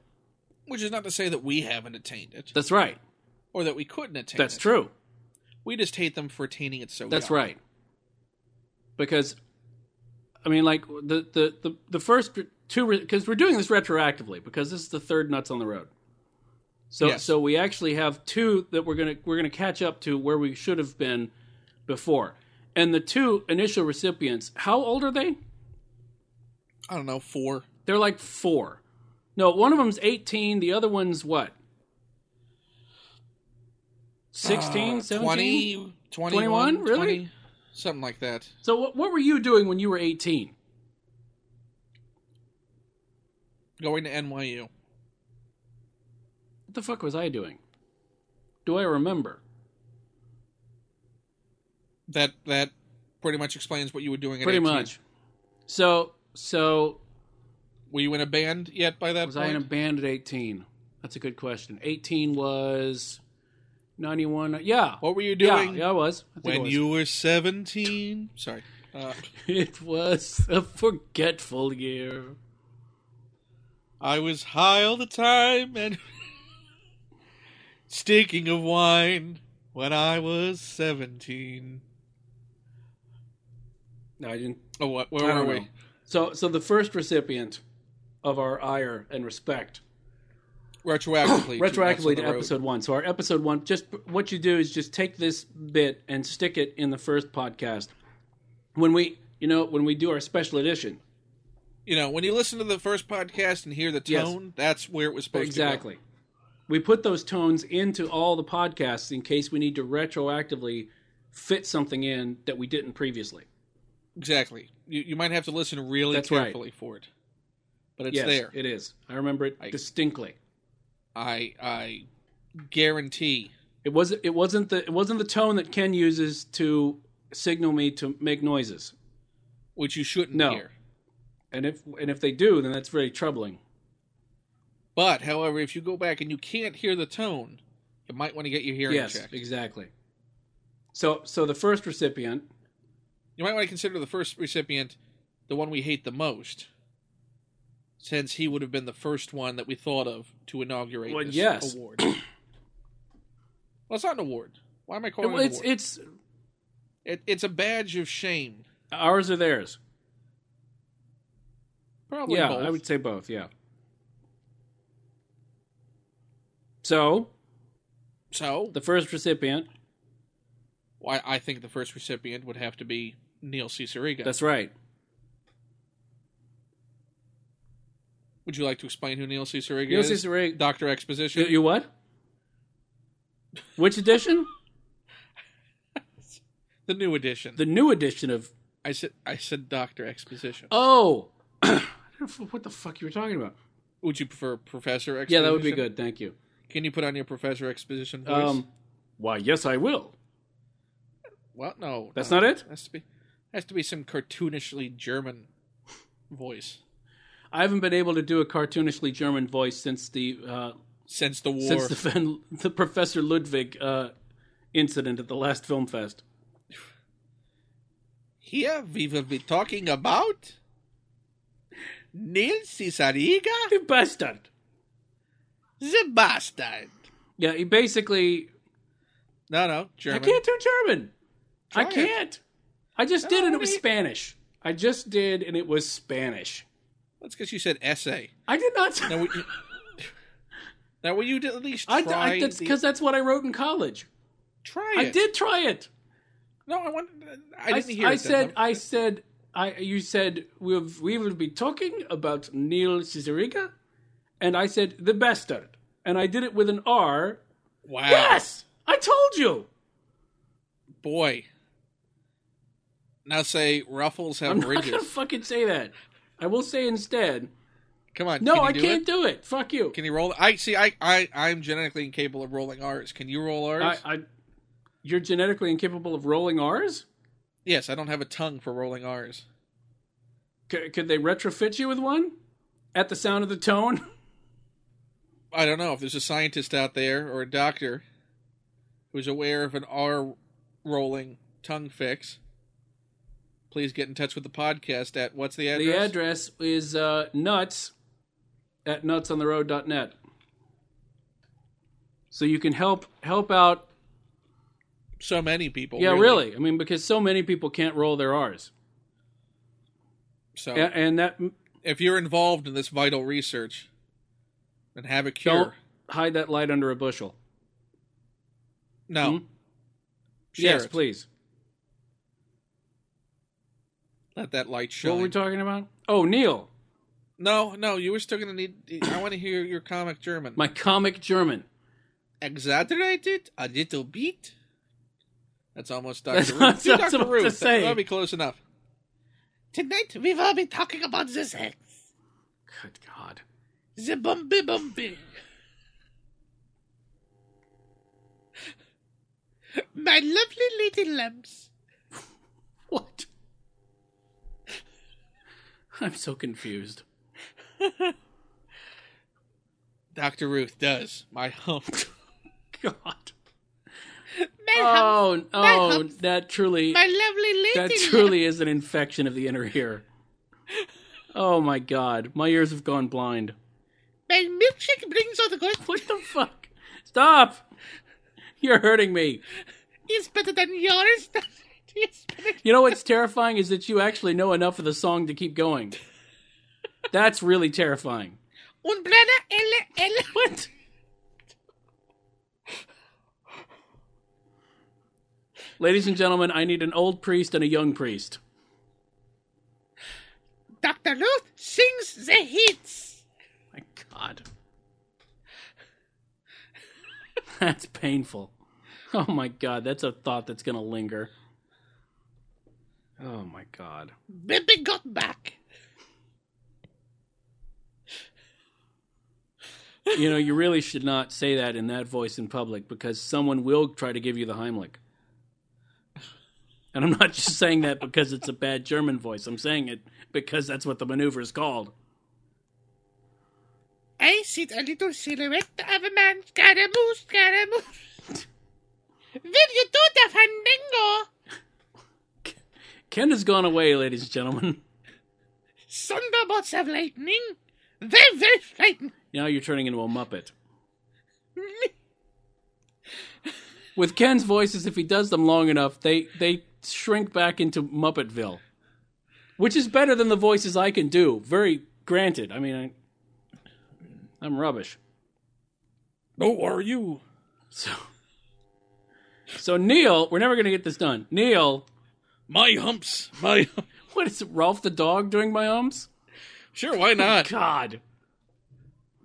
Which is not to say that we haven't attained it That's right. or that we couldn't attain That's it. true. We just hate them for attaining it so That's young. right. Because, I mean, like the the the, the first two because we're doing this retroactively because this is the third nuts on the road. So Yes. so we actually have two that we're gonna we're gonna catch up to where we should have been before. And the two initial recipients, how old are they? I don't know, four. They're like four. No, one of them's 18. The other one's what? 16, Uh, 17? 20, 21? Really? 20, something like that. So what, what were you doing when you were 18? Going to NYU. What the fuck was I doing? Do I remember? That that pretty much explains what you were doing. At Pretty 18. much. So so Were you in a band yet by that was point? I in a band at 18? That's a good question. 18 was 91. Yeah. What were you Yeah, doing yeah, I was. I think I when was. you were seventeen? Sorry. Uh, [LAUGHS] It was a forgetful year. I was high all the time and [LAUGHS] stinking of wine when I was seventeen. No, I didn't Oh, what? Where I were don't we? know. So, so the first recipient of our ire and respect, [COUGHS] Retroactively. retroactively to Nuts on the to Road. episode one. So, our episode one, just what you do is just take this bit and stick it in the first podcast. When we, you know, when we do our special edition, You know, when you listen to the first podcast and hear the Yes. tone, that's where it was supposed to exactly, we put those tones into all the podcasts in case we need to retroactively fit something in that we didn't previously. go. Exactly. You, you might have to listen really That's right. carefully for it, but it's yes, there. it is. I remember it I- distinctly. I I guarantee. It wasn't. It wasn't the. It wasn't the tone that Ken uses to signal me to make noises. Which you shouldn't No. hear. And if and if they do, then that's very troubling. But however, if you go back and you can't hear the tone, you might want to get your hearing yes, checked. exactly. So so the first recipient. You might want to consider the first recipient the one we hate the most, since he would have been the first one that we thought of to inaugurate Well, this yes. [CLEARS THROAT] award. well, it's not an award. Why am I calling Well, it an it's award? it's It, it's a badge of shame. ours or theirs. Probably yeah, both. I would say both. Yeah. So So, the first recipient. why I think the first recipient would have to be Neil Cicerega. That's right. Would you like to explain who Neil Cicerega Neil is? Cicerega- Doctor You, Exposition. you what? Which edition? the new edition. The new edition of I said I said Doctor Exposition. oh. [COUGHS] I don't know what the fuck you were talking about? would you prefer Professor Exposition? Yeah, that would be good. Thank you. Can you put on your Professor Exposition voice? Um, why? Yes, I will. well, no, That's no. not it. Has to be has to be some cartoonishly German voice I haven't been able to do a cartoonishly German voice since the uh, since the war. since the, Fen- the Professor Ludwig uh, incident at the last film fest. Here we will be talking about Neil Cicerega, You bastard! the bastard. Yeah, he basically. No, no, I German. can't do German. I Try it. can't. I just did, and it was Sorry. Spanish. I just did, and it was Spanish. That's because you said essay. I did not. Now, we, now will you at least try? [LAUGHS] I, I, that's the- because that's what I wrote in college. try I it. did try it. No, I want. I didn't s- hear. it then. said, uh, I said, I you said we we will be talking about Neil Cicerega, and I said the bastard, and I did it with an R. wow, Yes, I told you. boy. Now say ruffles have I'm not ridges. gonna fucking say that. I will say instead, Come on. no, can you I do can't It? do it. Fuck you. Can you roll? I see. I I I'm genetically incapable of rolling R's. Can you roll R's? I, I, you're genetically incapable of rolling R's. yes, I don't have a tongue for rolling R's. C- could they retrofit you with one at the sound of the [LAUGHS] tone? I don't know if there's a scientist out there or a doctor who's aware of an R rolling tongue fix. Please get in touch with the podcast at what's the address? The address is uh, nuts at nutsontheroad.net. so you can help help out. So many people. Yeah, Oh, really. I mean, because so many people can't roll their R's, So A- and that if you're involved in this vital research, then have a cure. don't hide that light under a bushel. No. Hmm? Share yes, it. please. Let that light shine. What were we talking about? Oh, Neil, no, no, you were still going to need. I want to hear your comic German. my comic German. Exaggerated a little bit. That's almost Dr. That's Ruth. what- Do that's Dr. what I'm Ruth. just That- That'll saying. be close enough. Tonight we will be talking about the sex. Good God. The bumpy bumpy. My lovely lady lamps. What? [LAUGHS] I'm so confused. Dr. Ruth does. My [LAUGHS] hump. God. My, humps. Oh, oh, humps. that truly, my lovely that lady truly is an infection of the inner ear. Oh my God, my ears have gone blind. lamps. My milkshake brings all the good. What the fuck? Stop! You're hurting me. It's better than yours. It's better. You know what's terrifying is that you actually know enough of the song to keep going. That's really terrifying. Umbrella L L. What? Ladies and gentlemen, I need an old priest and a young priest. Dr. Ruth sings the hits. My God. [LAUGHS] That's painful. Oh my God, that's a thought that's going to linger. Oh my God. Baby got back. You know, you really should not say that in that voice in public because someone will try to give you the Heimlich. And I'm not just saying that because it's a bad German voice. I'm saying it because that's what the maneuver is called. I see a little silhouette of a man. Scaramouche, Scaramouche. Will you do the fandango? Ken has gone away, ladies and gentlemen. Thunderbolts of lightning. They will frighten Now you're turning into a Muppet. me. with Ken's voices, if he does them long enough, they they shrink back into Muppetville, which is better than the voices I can do. Very granted. I mean, I, I'm rubbish. Oh, are you? So, so Neil, we're never gonna get this done. Neil, My humps. My hump. what is it, Ralph the dog doing my humps? Sure, why not? God,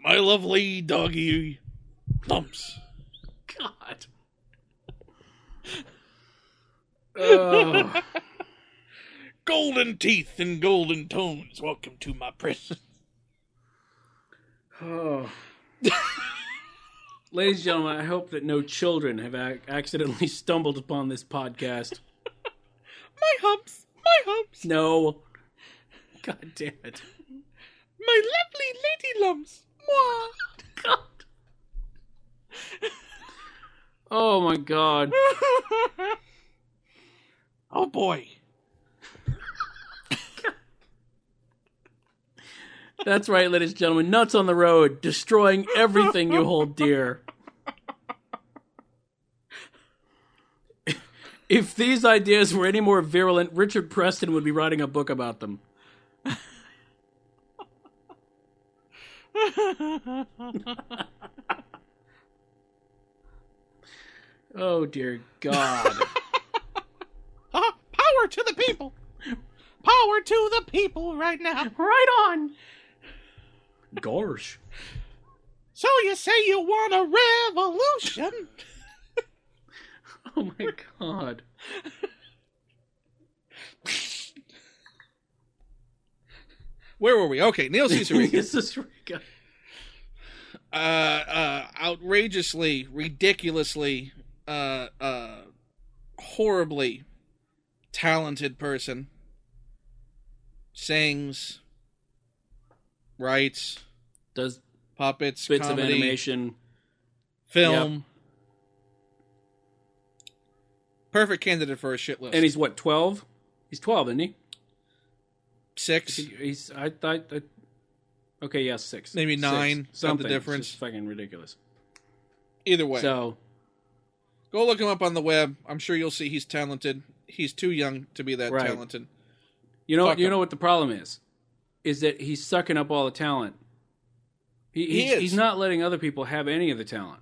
My lovely doggy humps. God. Oh. Golden teeth and golden tones. Welcome to my prison. [SIGHS] Ladies and gentlemen, I hope that no children have ac- accidentally stumbled upon this podcast. My humps. My humps. No. God damn it. My lovely lady lumps. Mwah. God. Oh my god. [LAUGHS] oh boy. That's right, ladies and gentlemen. Nuts on the road, destroying everything you hold dear. If these ideas were any more virulent, Richard Preston would be writing a book about them. Oh dear God. Ah, power to the people. Power to the people right now. right on. Gosh. So you say you want a revolution? Oh my god. Where were we? Okay, Neil [LAUGHS] Caesarica. This is ridiculous. uh, uh, outrageously, ridiculously, uh, uh, horribly talented person sings, writes, Does puppets, bits comedy, of animation. film. Perfect candidate for a shit list. And he's what, 12? He's 12, isn't he? six. He- He's, I, I, I okay, yeah, six. Maybe Six. nine, not the Something. It's difference. just fucking ridiculous. Either way, So go look him up on the web. I'm sure you'll see he's talented. He's too young to be that Right. talented. you know Fuck you him. know what the problem is, is that he's sucking up all the talent. He, He he's, is. he's not letting other people have any of the talent.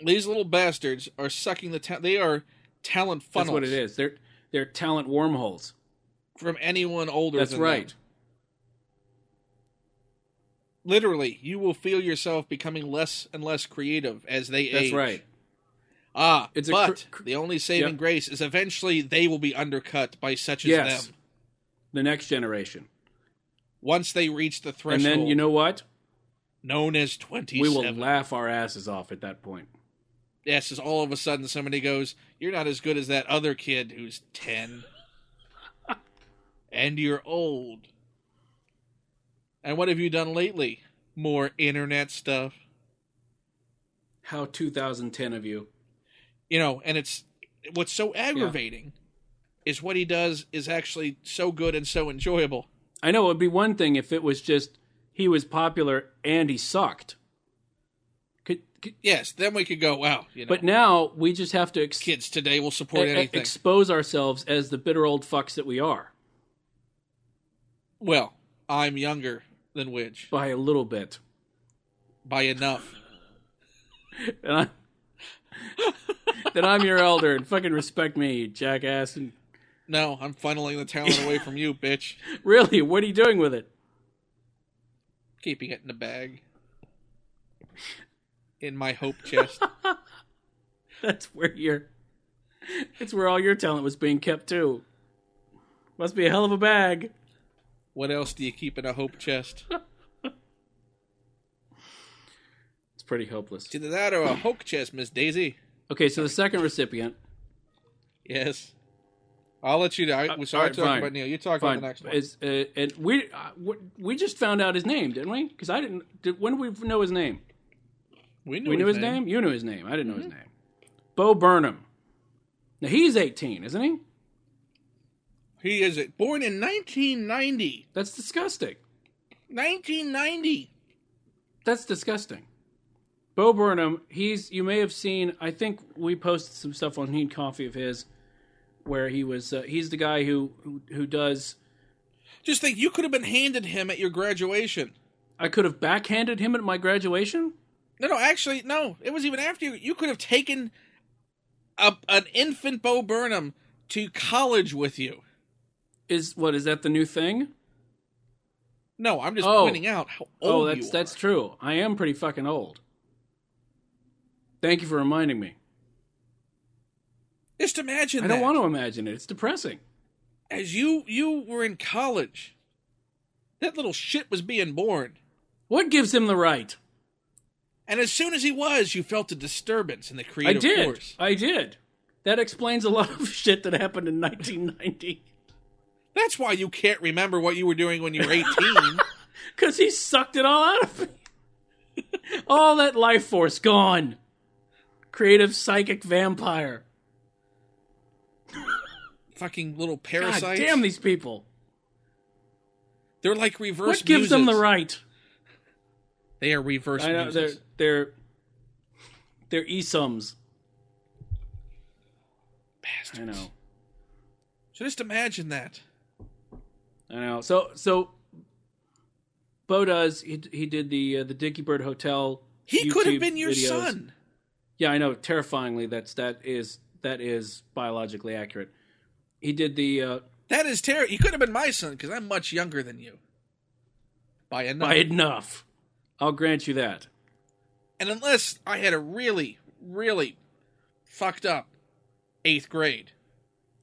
These little bastards are sucking the talent. They are talent funnels That's what it is. They're they're talent wormholes. from anyone older. That's than right. them. Literally, you will feel yourself becoming less and less creative as they That's age. right. Ah, It's a cr- but cr- the only saving Yep. grace is eventually they will be undercut by such as Yes. them The next generation. once they reach the And threshold then you know what? known as 27. We will laugh our asses off at that point. Yes, is all of a sudden somebody goes, You're not as good as that other kid who's 10. and you're old. And what have you done lately? More internet stuff. How 2010 of you. You know, and it's what's so aggravating is what he does is actually so good and so enjoyable. I know it would be one thing if it was just he was popular and he sucked. Could, could, Yes, then we could go, Wow, you know, But now we just have to ex- kids today will support e- e- anything. expose ourselves as the bitter old fucks that we are well, I'm younger than Widge by a little bit. by enough. And I, [LAUGHS] that I'm your elder and fucking respect me, you jackass. And No, I'm funneling the talent away from you, bitch. really, what are you doing with it? keeping it in a bag in my hope chest. That's where your It's where all your talent was being kept too. Must be a hell of a bag. what else do you keep in a hope chest? It's pretty hopeless. Either that or a hope chest, Miss Daisy. Okay, so the second recipient. Yes. I'll let you. I, Uh, we started alright, talking fine. about Neil. You talk about Fine. the next one. Is uh, and we uh, we- we just found out his name, didn't we? Because I didn't. Did, when did we know his name? knew, Mm-hmm. we knew his name. You knew his name. I didn't know his name. Bo Burnham. Now he's eighteen, isn't he? He is a- born in 1990. That's disgusting. 1990. That's disgusting. Bo Burnham, he's you may have seen. I think we posted some stuff on Need Coffee of his, where he was. Uh, he's the guy who who, who does. Just think, you could have been handed him at your graduation. I could have backhanded him at my graduation. No, no, actually, no. It was even after you. You could have taken a, an infant Bo Burnham to college with you. Is what is that the new thing? No, I'm just Oh. pointing out how old Oh, that's you that's are. true. I am pretty fucking old. Thank you for reminding me. Just imagine I don't that. want to imagine it. It's depressing. As you you were in college, that little shit was being born, What gives him the right? and as soon as he was, you felt a disturbance in the creative I did. force. I did. That explains a lot [LAUGHS] of shit that happened in 1990. That's why you can't remember what you were doing when you [LAUGHS] were 18. Because he sucked it all out of me. [LAUGHS] all that life force gone. Creative psychic vampire. Fucking little God parasites. damn these people. They're like reverse. what gives them the muses. right? They are reverse. I know they're muses. they're they're esums. Bastards. I know. So just imagine that. I know. So so Bo does he he did the uh, the Dicky Bird Hotel. He could have YouTube been your videos. son. Yeah, I know. Terrifyingly, that's that is that is biologically accurate. He did the uh, That is terrible. He could have been my son because I'm much younger than you. By enough. by enough. I'll grant you that. And unless I had a really, really fucked up eighth grade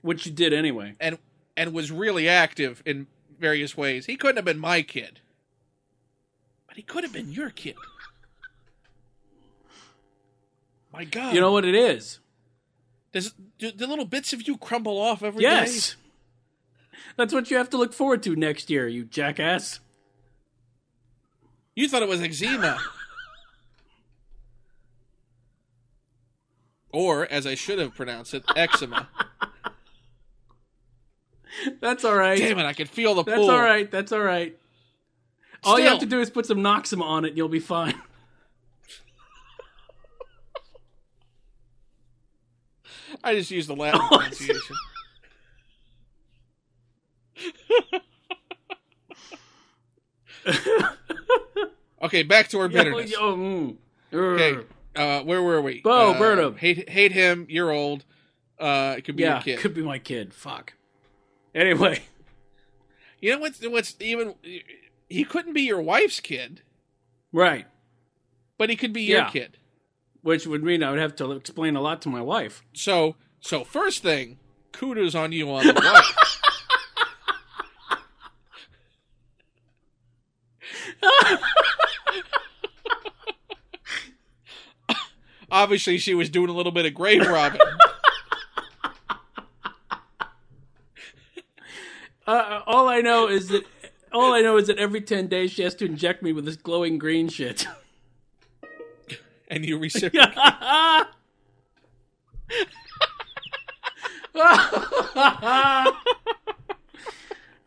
Which you did anyway. and and was really active in various ways, he couldn't have been my kid. But he could have been your kid. My God! You know what it is? does do the little bits of you crumble off every day? Yes. That's what you have to look forward to next year, you jackass. You thought it was eczema. or, as I should have pronounced it, [LAUGHS] eczema. That's all right. Damn it! I could feel the That's pull. all right. That's all right. All you Still. have to do is put some Noxema on it, and you'll be fine. I just used the Latin Oh, I see. pronunciation. [LAUGHS] okay, back to our bitterness. Yeah, oh, mm. Okay, uh, where were we? Bo uh, Burnham. Hate, hate him. You're old. Uh, it could be yeah, your kid. could be my kid. Fuck. Anyway, [LAUGHS] You know what's what's even? He couldn't be your wife's kid, right, but he could be your Yeah. kid. which would mean I would have to explain a lot to my wife. So so first thing, kudos on you on the [LAUGHS] wife. Obviously, she was doing a little bit of grave [LAUGHS] robbing. Uh, all I know is that all I know is that every ten days she has to inject me with this glowing green shit. [LAUGHS] and you reciprocate.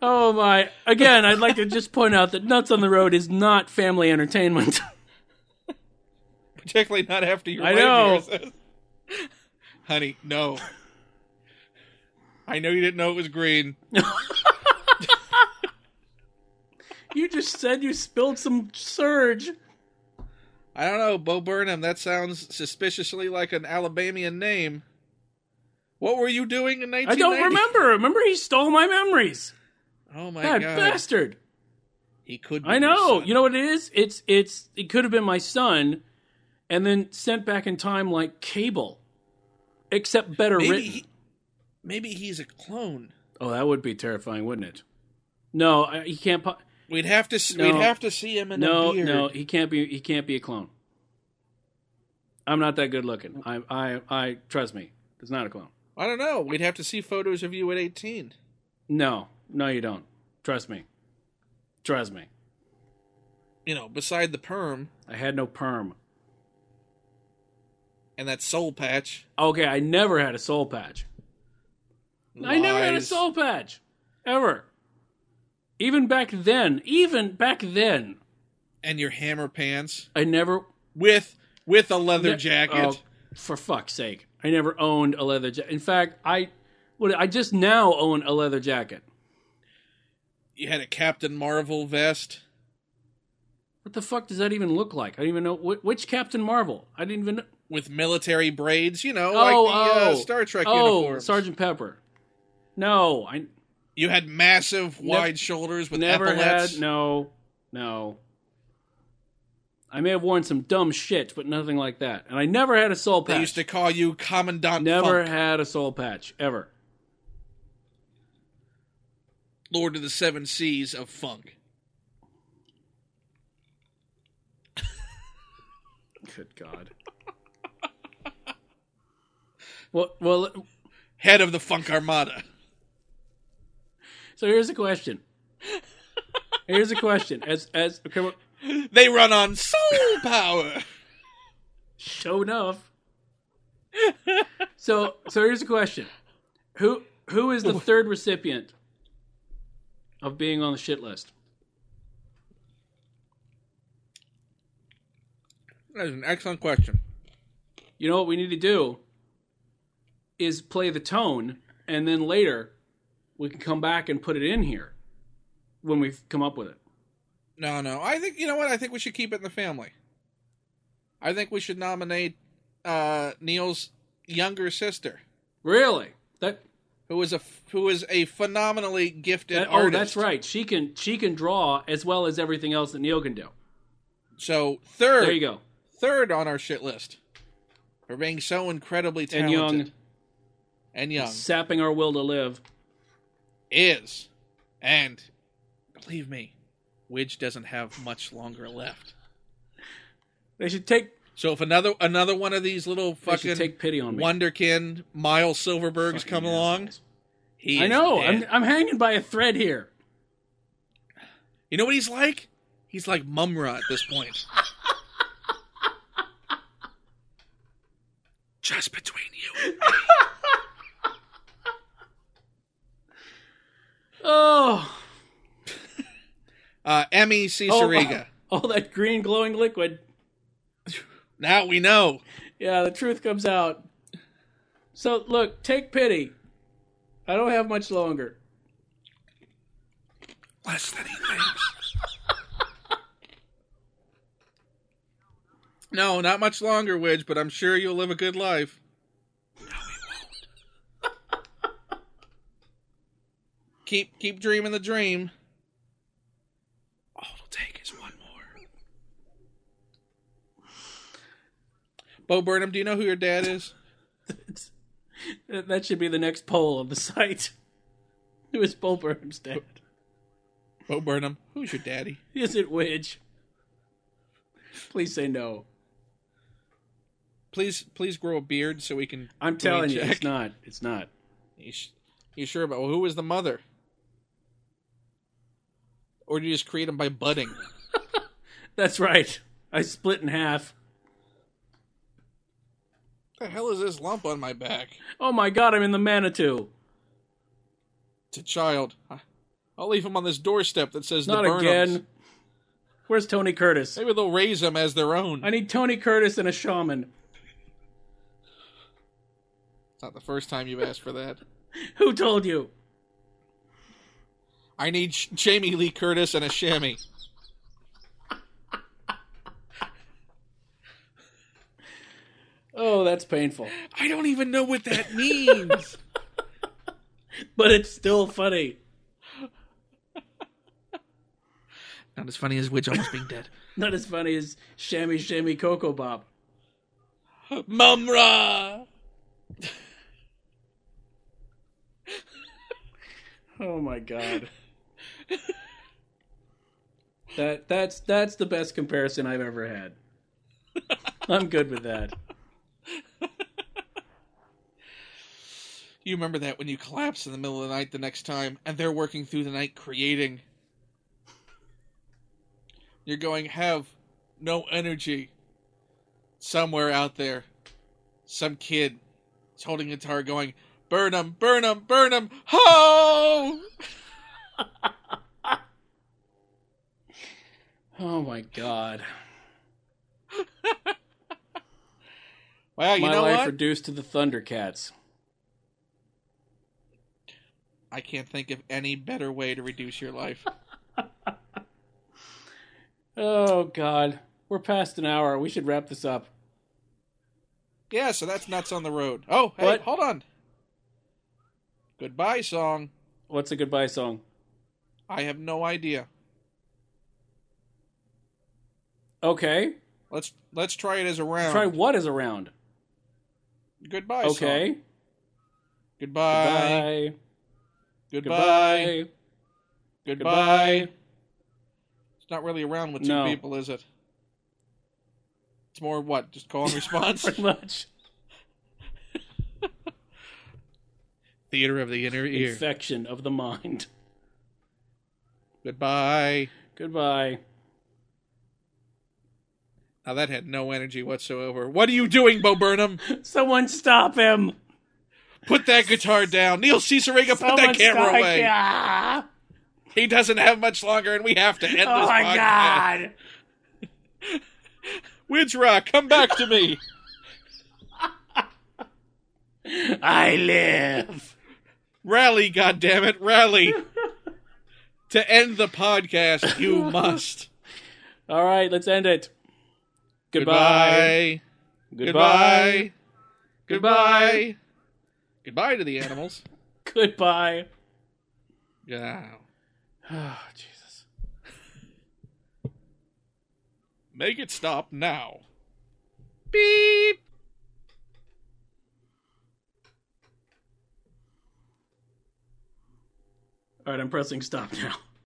oh my! Again, I'd like to just point out that Nuts on the Road is not family entertainment. [LAUGHS] [LAUGHS] particularly not after your I wife know. here says- Honey, no. I know you didn't know it was green. you just said you spilled some surge. I don't know, Bo Burnham. That sounds suspiciously like an Alabamian name. What were you doing in 1990? I don't remember. Remember, he stole my memories. Oh my That god, bastard! he could. Be I know. your son. You know what it is? It's it's it could have been my son, and then sent back in time like cable, except better maybe written. he, maybe he's a clone. Oh, that would be terrifying, wouldn't it? No, I, he can't. Po- We'd have to. s No. We'd have to see him in no, a beard. no, he can't be. He can't be a clone. I'm not that good looking. I, I, I trust me. It's not a clone. I don't know. We'd have to see photos of you at 18. No, no, you don't. Trust me. Trust me. You know, beside the perm I had no perm. and that soul patch. Okay, I never had a soul patch. I never had a Lies. soul patch ever. Even back then, even back then, And your hammer pants. I never with with a leather Ne- jacket. Oh, for fuck's sake! I never owned a leather jacket. In fact, I what I just now own a leather jacket. You had a Captain Marvel vest. What the fuck does that even look like? I don't even know wh- which Captain Marvel. I didn't even. Know. With military braids, you know, Oh, like the oh, uh, Star Trek oh, uniforms. Sergeant Pepper. No, I You had massive, wide shoulders with never epaulets. had. No, no. I may have worn some dumb shit, but nothing like that. And I never had a soul patch. They used to call you Commandant never Funk, had a soul patch ever. Lord of the Seven Seas of Funk. Good God. well, well. Head of the Funk Armada. [LAUGHS] So here's a question. Here's a question. As as okay, well, They run on [LAUGHS] soul power. show enough. So so here's a question. Who who is the third recipient of being on the shit list? That's an excellent question. You know what we need to do is play the tone, and then later we can come back and put it in here when we've come up with it. No, no. I think you know what. I think we should keep it in the family. I think we should nominate uh, Neil's younger sister. Really? That who is a who is a phenomenally gifted that oh, artist. that's right. She can she can draw as well as everything else that Neil can do. So third, There you go. third on our shit list for being so incredibly And talented Young and young sapping our will to live. is, and believe me, Widge doesn't have much longer left. They should take So if another another one of these little they should fucking take pity on me. wonderkin Miles Silverbergs Fucking come along, assholes. he I is know. dead. I'm I'm hanging by a thread here. You know what he's like? He's like Mumra at this point. [LAUGHS] Just between you. Oh, Uh, Emmy Ciceriga. all that green glowing liquid. Now we know. Yeah, the truth comes out. So look, take pity. I don't have much longer. Less than he thinks. No, not much longer, Widge, but I'm sure you'll live a good life. keep keep dreaming the dream. All it'll take is one more. Bo Burnham, do you know who your dad is? [LAUGHS] That that should be the next poll on the site. [LAUGHS] Who is Bo Burnham's dad? Bo Burnham, who's your daddy? Is it Widge? Please say no. Please please grow a beard so we can. I'm name telling you, check. it's not. It's not. You, sh- you sure about well, who was the mother? Or do you just create them by budding? That's right. I split in half. the hell is this lump on my back? Oh my god, I'm in the Manitou. It's a child. I- I'll leave him on this doorstep that says Not the Burnhams. again. Where's Tony Curtis? Maybe they'll raise him as their own. I need Tony Curtis and a shaman. It's not the first time you've asked for that. Who told you? I need Sh- Jamie Lee Curtis and a chamois. Oh, that's painful. I don't even know what that [LAUGHS] means. But it's still funny. not as funny as Witch almost being dead. Not as funny as Shammy Shammy Coco Bob. Mumra! Oh my god. [LAUGHS] that that's that's the best comparison I've ever [LAUGHS] had. I'm good with that. You remember that when you collapse in the middle of the night the next time, and they're working through the night creating. You're going, have no energy. Somewhere out there, some kid is holding a guitar going, burn 'em, burn 'em, burn 'em, ho! Oh my god. Wow, Oh, you my know life what? reduced to the Thundercats. I can't think of any better way to reduce your life. [LAUGHS] Oh god. We're past an hour. We should wrap this up. Yeah, so that's nuts on the road. Oh, hey, What? hold on. Goodbye song. What's a goodbye song? I have no idea. Okay. Let's let's try it as a round. Try what is around. Goodbye song. Okay. Goodbye. Goodbye. Goodbye. Goodbye. Goodbye. It's not really a round with two No. people, is it? It's more what? Just [LAUGHS] call and response. Pretty much. Theater of the inner ear. Infection of the mind. [LAUGHS] Goodbye. Goodbye. Now that had no energy whatsoever. What are you doing, Bo Burnham? Someone stop him. Put that guitar down. Neil Cicerega, put that camera away. Ah! He doesn't have much longer, and we have to end this Oh my podcast. god. Widge Rock, come back to me. I live. rally, goddammit, rally. to end the podcast, you must. All right, let's end it. Goodbye. Goodbye. Goodbye. Goodbye. Goodbye. Goodbye to the animals. Goodbye. Yeah. Oh, Jesus. Make it stop now. Beep. All right, I'm pressing stop now.